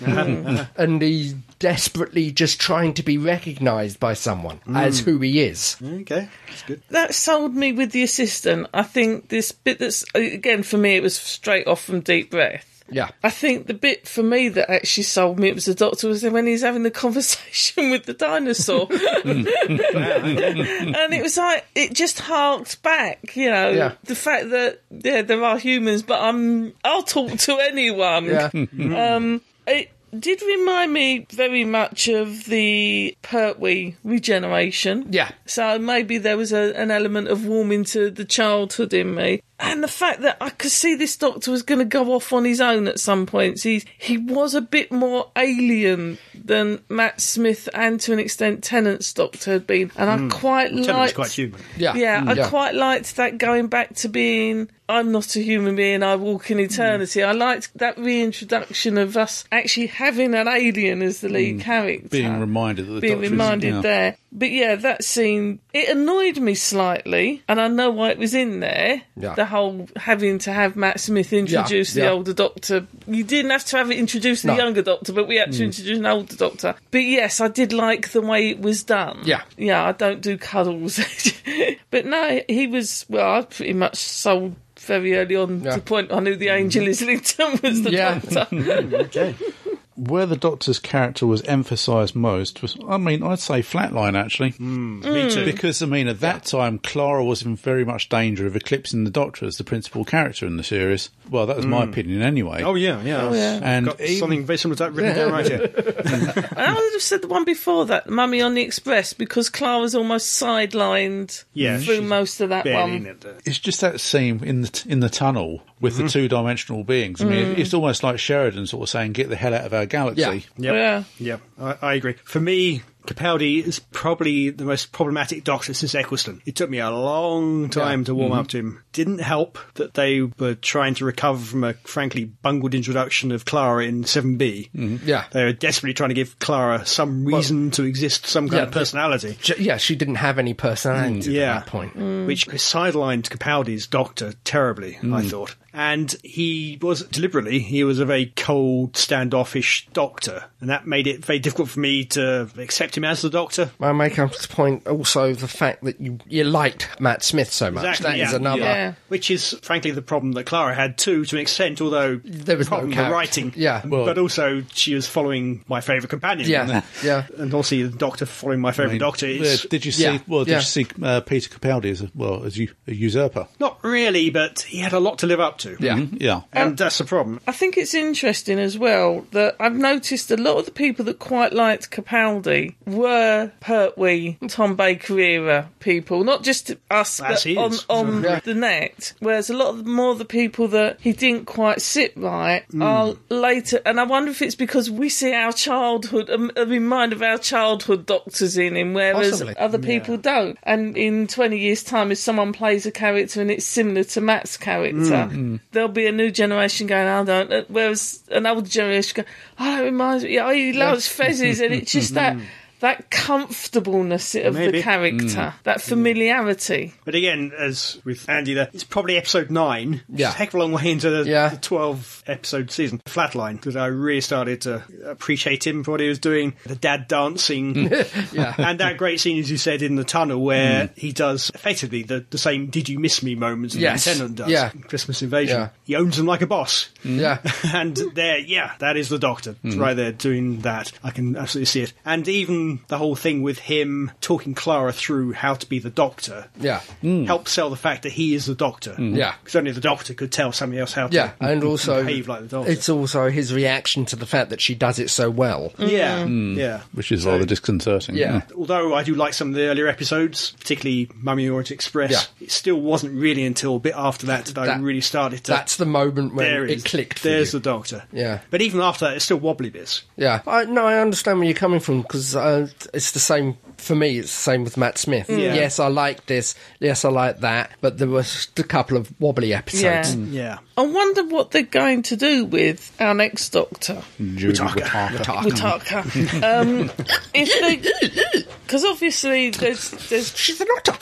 and he's desperately just trying to be recognised by someone
Mm.
as who he is.
Okay, that's good.
That sold me with the assistant. I think this bit that's, again, for me, it was straight off from deep breath.
Yeah.
I think the bit for me that actually sold me it was the doctor was when he's having the conversation with the dinosaur. and it was like it just harked back, you know,
Yeah.
the fact that yeah, there are humans, but I'm I'll talk to anyone.
Yeah.
Um it did remind me very much of the Pertwee regeneration.
Yeah.
So maybe there was a, an element of warming to the childhood in me. And the fact that I could see this doctor was going to go off on his own at some points. He, he was a bit more alien than Matt Smith and to an extent Tennant's doctor had been. And I quite
Hmm. Tennant's
liked.
quite human.
Yeah.
Yeah,
Mm.
I
Yeah.
quite liked that going back to being I'm not a human being, I walk in eternity.
Mm.
I liked that reintroduction of us actually having an alien as the
Mm.
lead character
Being reminded that the
being
Doctor isn't
reminded
now.
there. But yeah, that scene it annoyed me slightly, and I know why it was in there.
Yeah.
The whole having to have Matt Smith introduce the
yeah.
older Doctor. You didn't have to have it introduce the
No. Mm.
younger Doctor, but we had to introduce an older Doctor. But yes, I did like the way it was done.
Yeah.
yeah. I don't do cuddles, but no, he was. Well, I pretty much sold. Very early on,
Yeah. Mm-hmm.
to the point I knew the angel Islington was the
Yeah.
doctor.
Okay.
Where the Doctor's character was emphasised most was, I mean, I'd say Flatline actually.
Mm.
Me
Hmm.
too.
Because, I mean, at that time, Clara was in very much danger of eclipsing the Doctor as the principal character in the series. Well, that was my opinion anyway.
Oh, yeah, yeah.
yeah.
And
Got
even-
something very similar to that written down right here.
I would have said the one before that, Mummy on the Express, because Clara's almost sidelined
Yeah,
through
she's
most of that
Barely in
one.
it. there.
It's just that scene in the in the tunnel with the two dimensional beings. I mean,
Mm.
it's almost like Sheridan sort of saying, "Get the hell out of our galaxy."
Yeah.
Yep.
Yeah.
Yeah, I, I agree. For me, Capaldi is probably the most problematic doctor since Eccleston. It took me a long time to warm up to him. Didn't help that they were trying to recover from a frankly bungled introduction of Clara in 7B.
Yeah.
They were desperately trying to give Clara some reason to exist, some kind
yeah,
of personality.
J- yeah, she didn't have any personality
Mm, Yeah.
at that point.
which sidelined Capaldi's doctor terribly, I
Mm.
thought. And he was deliberately, he was a very cold, standoffish doctor. And that made it very difficult for me to accept him as the doctor.
I make up this point also the fact that you you liked Matt Smith so much.
Exactly,
That is
yeah,
another.
yeah.
Which is, frankly, the problem that Clara had too, to an extent. Although
There was no
problem with
character.
writing,
Yeah. Well-
but also she was following my favourite companion,
Yeah, yeah.
and obviously the Doctor following my favourite
I mean,
Doctor is
uh, did you see?
Yeah.
Well, did
Yeah.
you see uh, Peter Capaldi as a, well as you, a usurper?
not really, but he had a lot to live up to,
Yeah.
Yeah,
and that's the problem.
I think it's interesting as well that I've noticed a lot of the people that quite liked Capaldi were Pertwee, Tom Baker era people, not just us
As
but
he
on,
is.
on
Yeah.
the net. Whereas a lot of the, more of the people that he didn't quite sit right
Mm.
are later. And I wonder if it's because we see our childhood, um, a reminder of our childhood doctors in him, whereas
Possibly.
other people don't. And in 20 years' time, if someone plays a character and it's similar to Matt's character, there'll be a new generation going, I don't, uh, whereas an older generation going, oh, that reminds me, oh, he loves fezzes. And it's just that. That comfortableness of
Maybe.
the character, that familiarity.
But again, as with Andy there, it's probably episode 9. which is
Yeah.
a heck of a long way into the,
Yeah.
the 12 episode season. Flatline, that I really started to appreciate him for what he was doing. The dad dancing.
Yeah.
and that great scene, as you said, in the tunnel where
Hmm.
he does effectively the, the same Did You Miss Me moments that
Yes.
the Lieutenant does.
Yeah.
in Christmas Invasion.
Yeah. Hmm.
He owns them like a boss.
Yeah. Hmm.
and there, yeah, that is the Doctor right there doing that. I can absolutely see it. And even even the whole thing with him talking Clara through how to be the doctor
Yeah.
helps sell the fact that he is the doctor.
Yeah.
Because only the doctor could tell somebody else how to
Yeah, and also
behave like the doctor.
it's also his reaction to the fact that she does it so well.
yeah, yeah.
Which is rather disconcerting.
Yeah.
although I do like some of the earlier episodes, particularly Mummy Orient Express,
Yeah.
it still wasn't really until a bit after that that, I
That-
really started to.
That's the moment when
there
it
is-
clicked for
There's
you.
the Doctor.
Yeah.
But even after that, it's still wobbly bits.
yeah, I, no, I understand where you're coming from because uh, it's the same for me. It's the same with Matt Smith.
Mm. Yeah.
Yes, I like this. Yes, I like that. But there was a couple of wobbly episodes.
Yeah.
Yeah.
I wonder what they're going to do with our next doctor.
Judy
Whittaker.
Whittaker.
Witaka. Um, if they, because obviously there's there's
She's a doctor.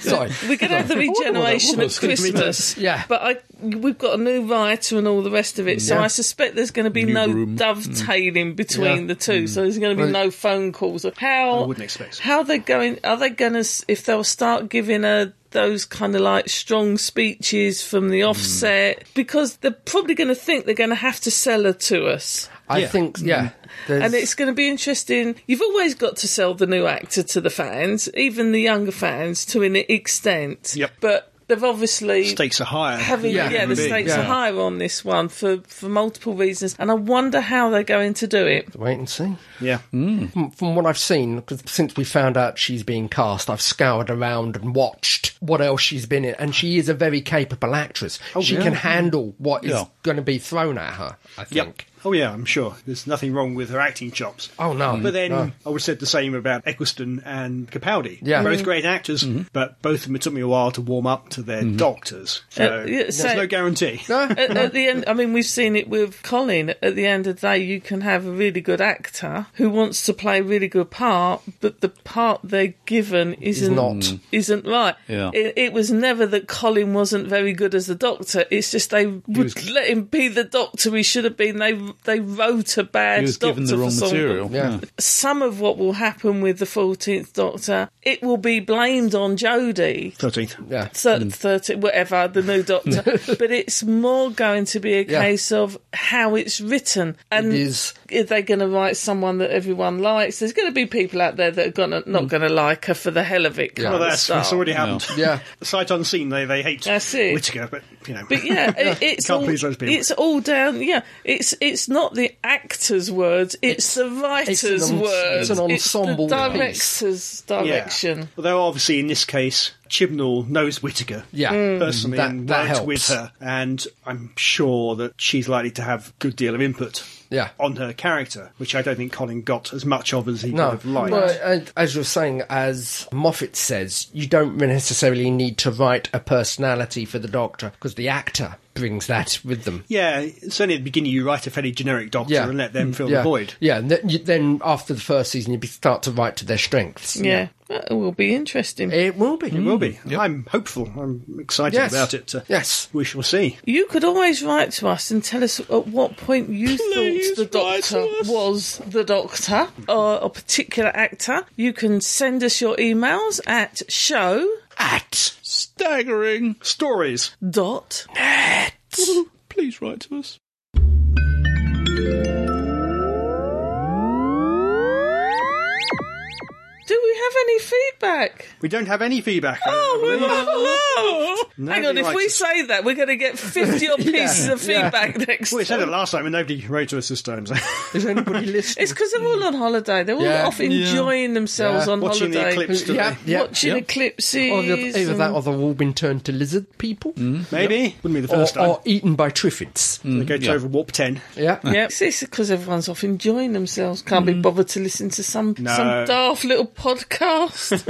Sorry.
we're going to have the regeneration
what
at
was gonna be
Christmas.
Yeah.
but I we've got a new writer and all the rest of it, so I suspect there's going to be
New
no
room. Mm.
dovetailing between the two. So there's going to be no phone calls. How
I wouldn't expect so.
how they're going? Are they going to if they'll start giving her those kind of like strong speeches from the offset because they're probably going to think they're going to have to sell her to us.
I think yeah. there's-
Mm. And it's going to be interesting. You've always got to sell the new actor to the fans, even the younger fans, to an extent.
Yep.
But they've obviously
Stakes are higher.
having
Yeah.
yeah, the
Big,
stakes
yeah.
are higher on this one for for multiple reasons, and I wonder how they're going to do it.
wait and see.
yeah.
From, from what I've seen, 'cause since we found out she's being cast, I've scoured around and watched what else she's been in, and she is a very capable actress.
Oh,
she can handle what is
Yeah.
going to be thrown at her. I think.
Yep. Oh yeah, I'm sure. There's nothing wrong with her acting chops.
Oh, no.
But then
No.
I would have said the same about Eccleston and Capaldi.
Yeah. Mm-hmm.
Both great actors, but both of them it took me a while to warm up to their
Mm-hmm.
doctors. So
Uh, yeah,
there's
so-
no guarantee.
at, at the end, I mean, we've seen it with Colin. At the end of the day, you can have a really good actor who wants to play a really good part, but the part they're given isn't Mm.
not.
isn't right.
Yeah.
It, it was never that Colin wasn't very good as the Doctor. It's just they would
was-
let him be the Doctor he should have been. They they wrote a bad
He was
Doctor
given the
for
wrong
someone
material.
Yeah.
some of what will happen with the 14th Doctor, it will be blamed on Jodie.
Thirteenth.
Yeah.
Thir- 30, whatever, the new Doctor. but it's more going to be a
Yeah.
case of how it's written. And
It is.
are they going to write someone that everyone likes? There's going to be people out there that are gonna,
Mm.
not going to like her for the hell of it.
Well,
kinda
that's,
style.
that's already happened.
Yeah.
Sight unseen, they they hate
That's it.
Whittaker, but you know.
But yeah, it, it's
Can't
all,
please those people.
it's all down. Yeah, it's it's not the actors' words; it's, the writers'
it's an ens-
words.
it's an ensemble
the
piece.
director's
Yeah.
direction.
Although obviously in this case, Chibnall knows Whittaker.
Yeah. Mm.
Personally,
That-
and
that
worked
helps.
with her, and I'm sure that she's likely to have a good deal of input
Yeah.
on her character, which I don't think Colin got as much of as he
No,
would have liked.
well, and as you're saying, as Moffat says, you don't necessarily need to write a personality for the Doctor because the actor brings that with them.
yeah, certainly at the beginning you write a fairly generic doctor
Yeah.
and let them fill
yeah,
the void.
Yeah, and then, you, then after the first season, you be- start to write to their strengths.
Yeah, that will be interesting.
It will be. It
Will be. I'm hopeful. I'm excited
Mm. Yes.
about it. Uh,
Yes.
We shall see.
you could always write to us and tell us at what point you
Please
thought the
write to
doctor
us.
was the doctor or a particular actor. You can send us your emails at show
At
Staggering.
Stories.
dot
Please write to us.
Do we have any feedback?
We don't have any feedback. I
Oh,
believe.
we're not allowed. Hang on,
Nobody
if we
writes
say that, we're going to get 50 odd pieces of feedback next
Well, we said it
time.
last time, and nobody wrote to us this time. So.
is anybody listening?
It's because they're all on holiday. They're all
Mm. Yeah.
off enjoying themselves
Yeah.
on
Watching the
holiday.
eclipse today.
yeah, um, yeah,
Watching
yeah.
eclipses.
Or Oh, the- either that,
and-
or they've all been turned to lizard people,
Maybe. Wouldn't be
or,
the Mm. first time. Mm.
or mm, eaten by triffids.
They go to over warp 10.
Yeah,
Yeah, it's because everyone's off enjoying themselves. Can't be bothered to listen to some
No.
some daft little podcast.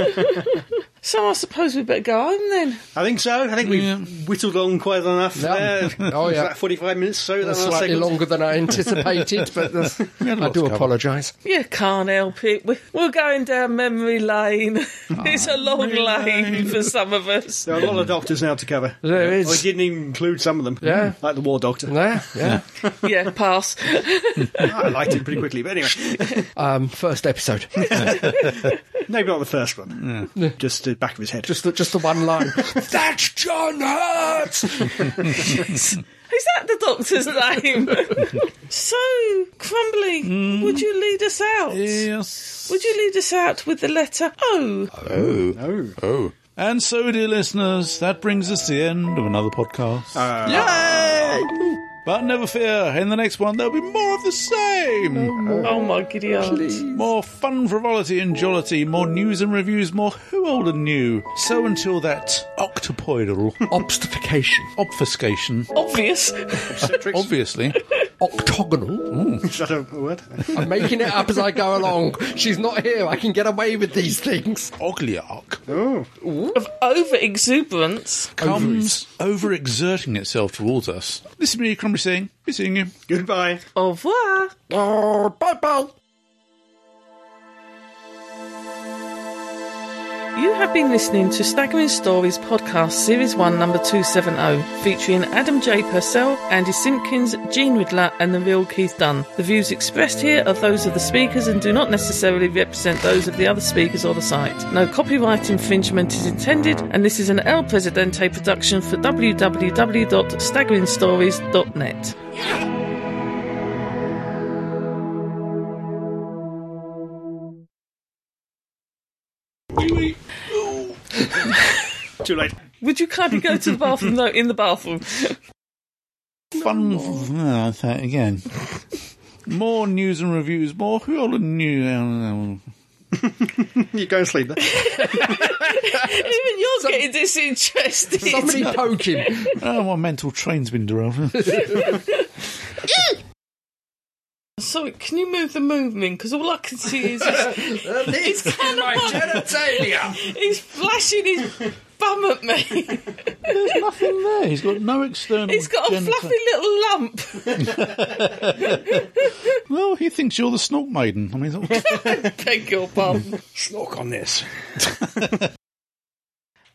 so I suppose we better go home then.
I think so. I think we've whittled on quite enough.
Yeah.
there.
Oh,
It's
yeah.
like 45 minutes, so that
That's
last
slightly
segment.
longer than I anticipated, but that's,
had a
I
lot
do
to cover.
apologise.
You can't help it. We're, we're going down memory lane. it's a long lane for some of us.
There are a lot of doctors now to cover.
There is.
I didn't even include some of them.
Yeah.
Like the war doctor.
Yeah, yeah.
Yeah, pass.
I liked him pretty quickly, but anyway.
Um, first episode,
Maybe not the first one. Just the back of his head.
just the, just the one line. That's John Hurt.
Is that the doctor's name? so, Crumbly, would you lead us out?
Yes.
Would you lead us out with the letter O?
Oh. Oh. Oh. And so, dear listeners, that brings us to the end of another podcast. Yay! But never fear, in the next one there'll be more of the same.
Oh my giddy aunt.
More fun, frivolity, and jollity. More news and reviews. More who old and new. So until that octopoidal
Obstification.
obfuscation,
Obvious.
obviously,
Octagonal.
Is that a word?
I'm making it up as I go along. She's not here. I can get away with these things.
ogliarch
of over exuberance.
comes overexerting itself towards us. This is me, Crumbly, saying, be seeing you.
Goodbye.
Au revoir.
Oh, bye bye.
You have been listening to Staggering Stories Podcast Series 1, number 270, featuring Adam J. Purcell, Andy Simpkins, Gene Ridler, and the real Keith Dunn. The views expressed here are those of the speakers and do not necessarily represent those of the other speakers or the site. No copyright infringement is intended, and this is an El Presidente production for www.staggeringstories.net.
Too late.
Would you kindly go to the bathroom? no, in the bathroom.
Fun. No, I thought Ah, again. More news and reviews. More who old and new. uh,
You go and sleep then.
Even you're getting disinterested.
Somebody poke him.
Oh, my mental train's been derailed.
Sorry, can you move the movement? Because all I can see is he's, he's kind of like,
genitalia.
he's flashing his bum at me.
There's nothing there. He's got no external.
He's got a
genita-
fluffy little lump.
Well, he thinks you're the snort maiden. I mean, oh,
Beg your pardon.
Snork on this.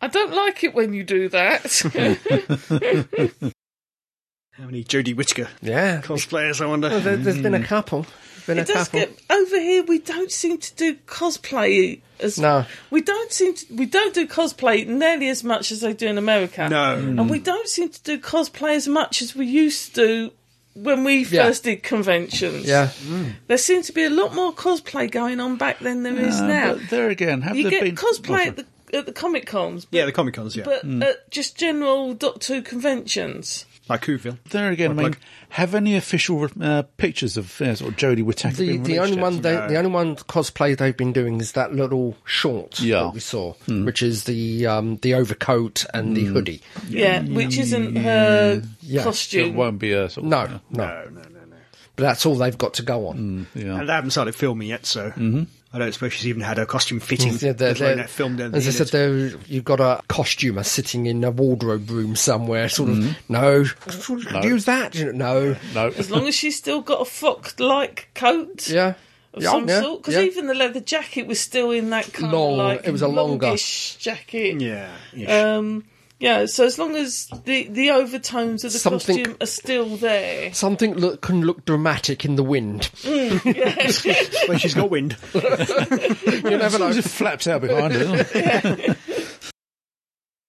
I don't like it when you do that.
How many Jodie Whittaker
Yeah.
cosplayers, I
Oh,
wonder?
There, has been a couple. Been a
it does
couple.
get over here. We don't seem to do cosplay as
No.
We don't seem to, we don't do cosplay nearly as much as they do in America.
No.
and we
Mm.
don't seem to do cosplay as much as we used to when we
Yeah.
first did conventions.
Yeah.
There seemed to be a lot more cosplay going on back then than there is now.
But there again, have
You
there
get
been
cosplay at the, at the Comic Cons,
Yeah, the Comic Cons, yeah.
but
Mm.
at just general Doctor conventions.
like Whoville.
There again, I mean,
Like-
have any official uh, pictures of uh, sort of Jodie Whittaker?
The,
been
the
released
only
yet?
one they, the only one cosplay they've been doing is that little short
Yeah.
that we saw, which is the um, the overcoat and the hoodie.
Yeah, which isn't her
Yeah.
It
costume.
won't be a sort of-
No, no,
No, no, no, no.
But that's all they've got to go on.
yeah.
And they haven't started filming yet, so I don't suppose she's even had her costume fitting.
Mm-hmm. Yeah, they're-
let alone
they're-
that filmed in
as I
the
said, there you've got a costumer sitting in a wardrobe room somewhere, sort of. Hmm. No, use that. you know, no,
no.
as long as she's still got a frock-like coat
yeah,
of
yeah,
some
yeah,
sort, because
yeah.
even the leather jacket was still in that kind
Long-
of like
it was a longer-
longish jacket.
Yeah. ish.
Um, yeah, so as long as the, the overtones of the
Something-
costume are still there.
something look, can look dramatic in the wind.
when she's got wind.
You never know.
It flaps out behind her. doesn't it?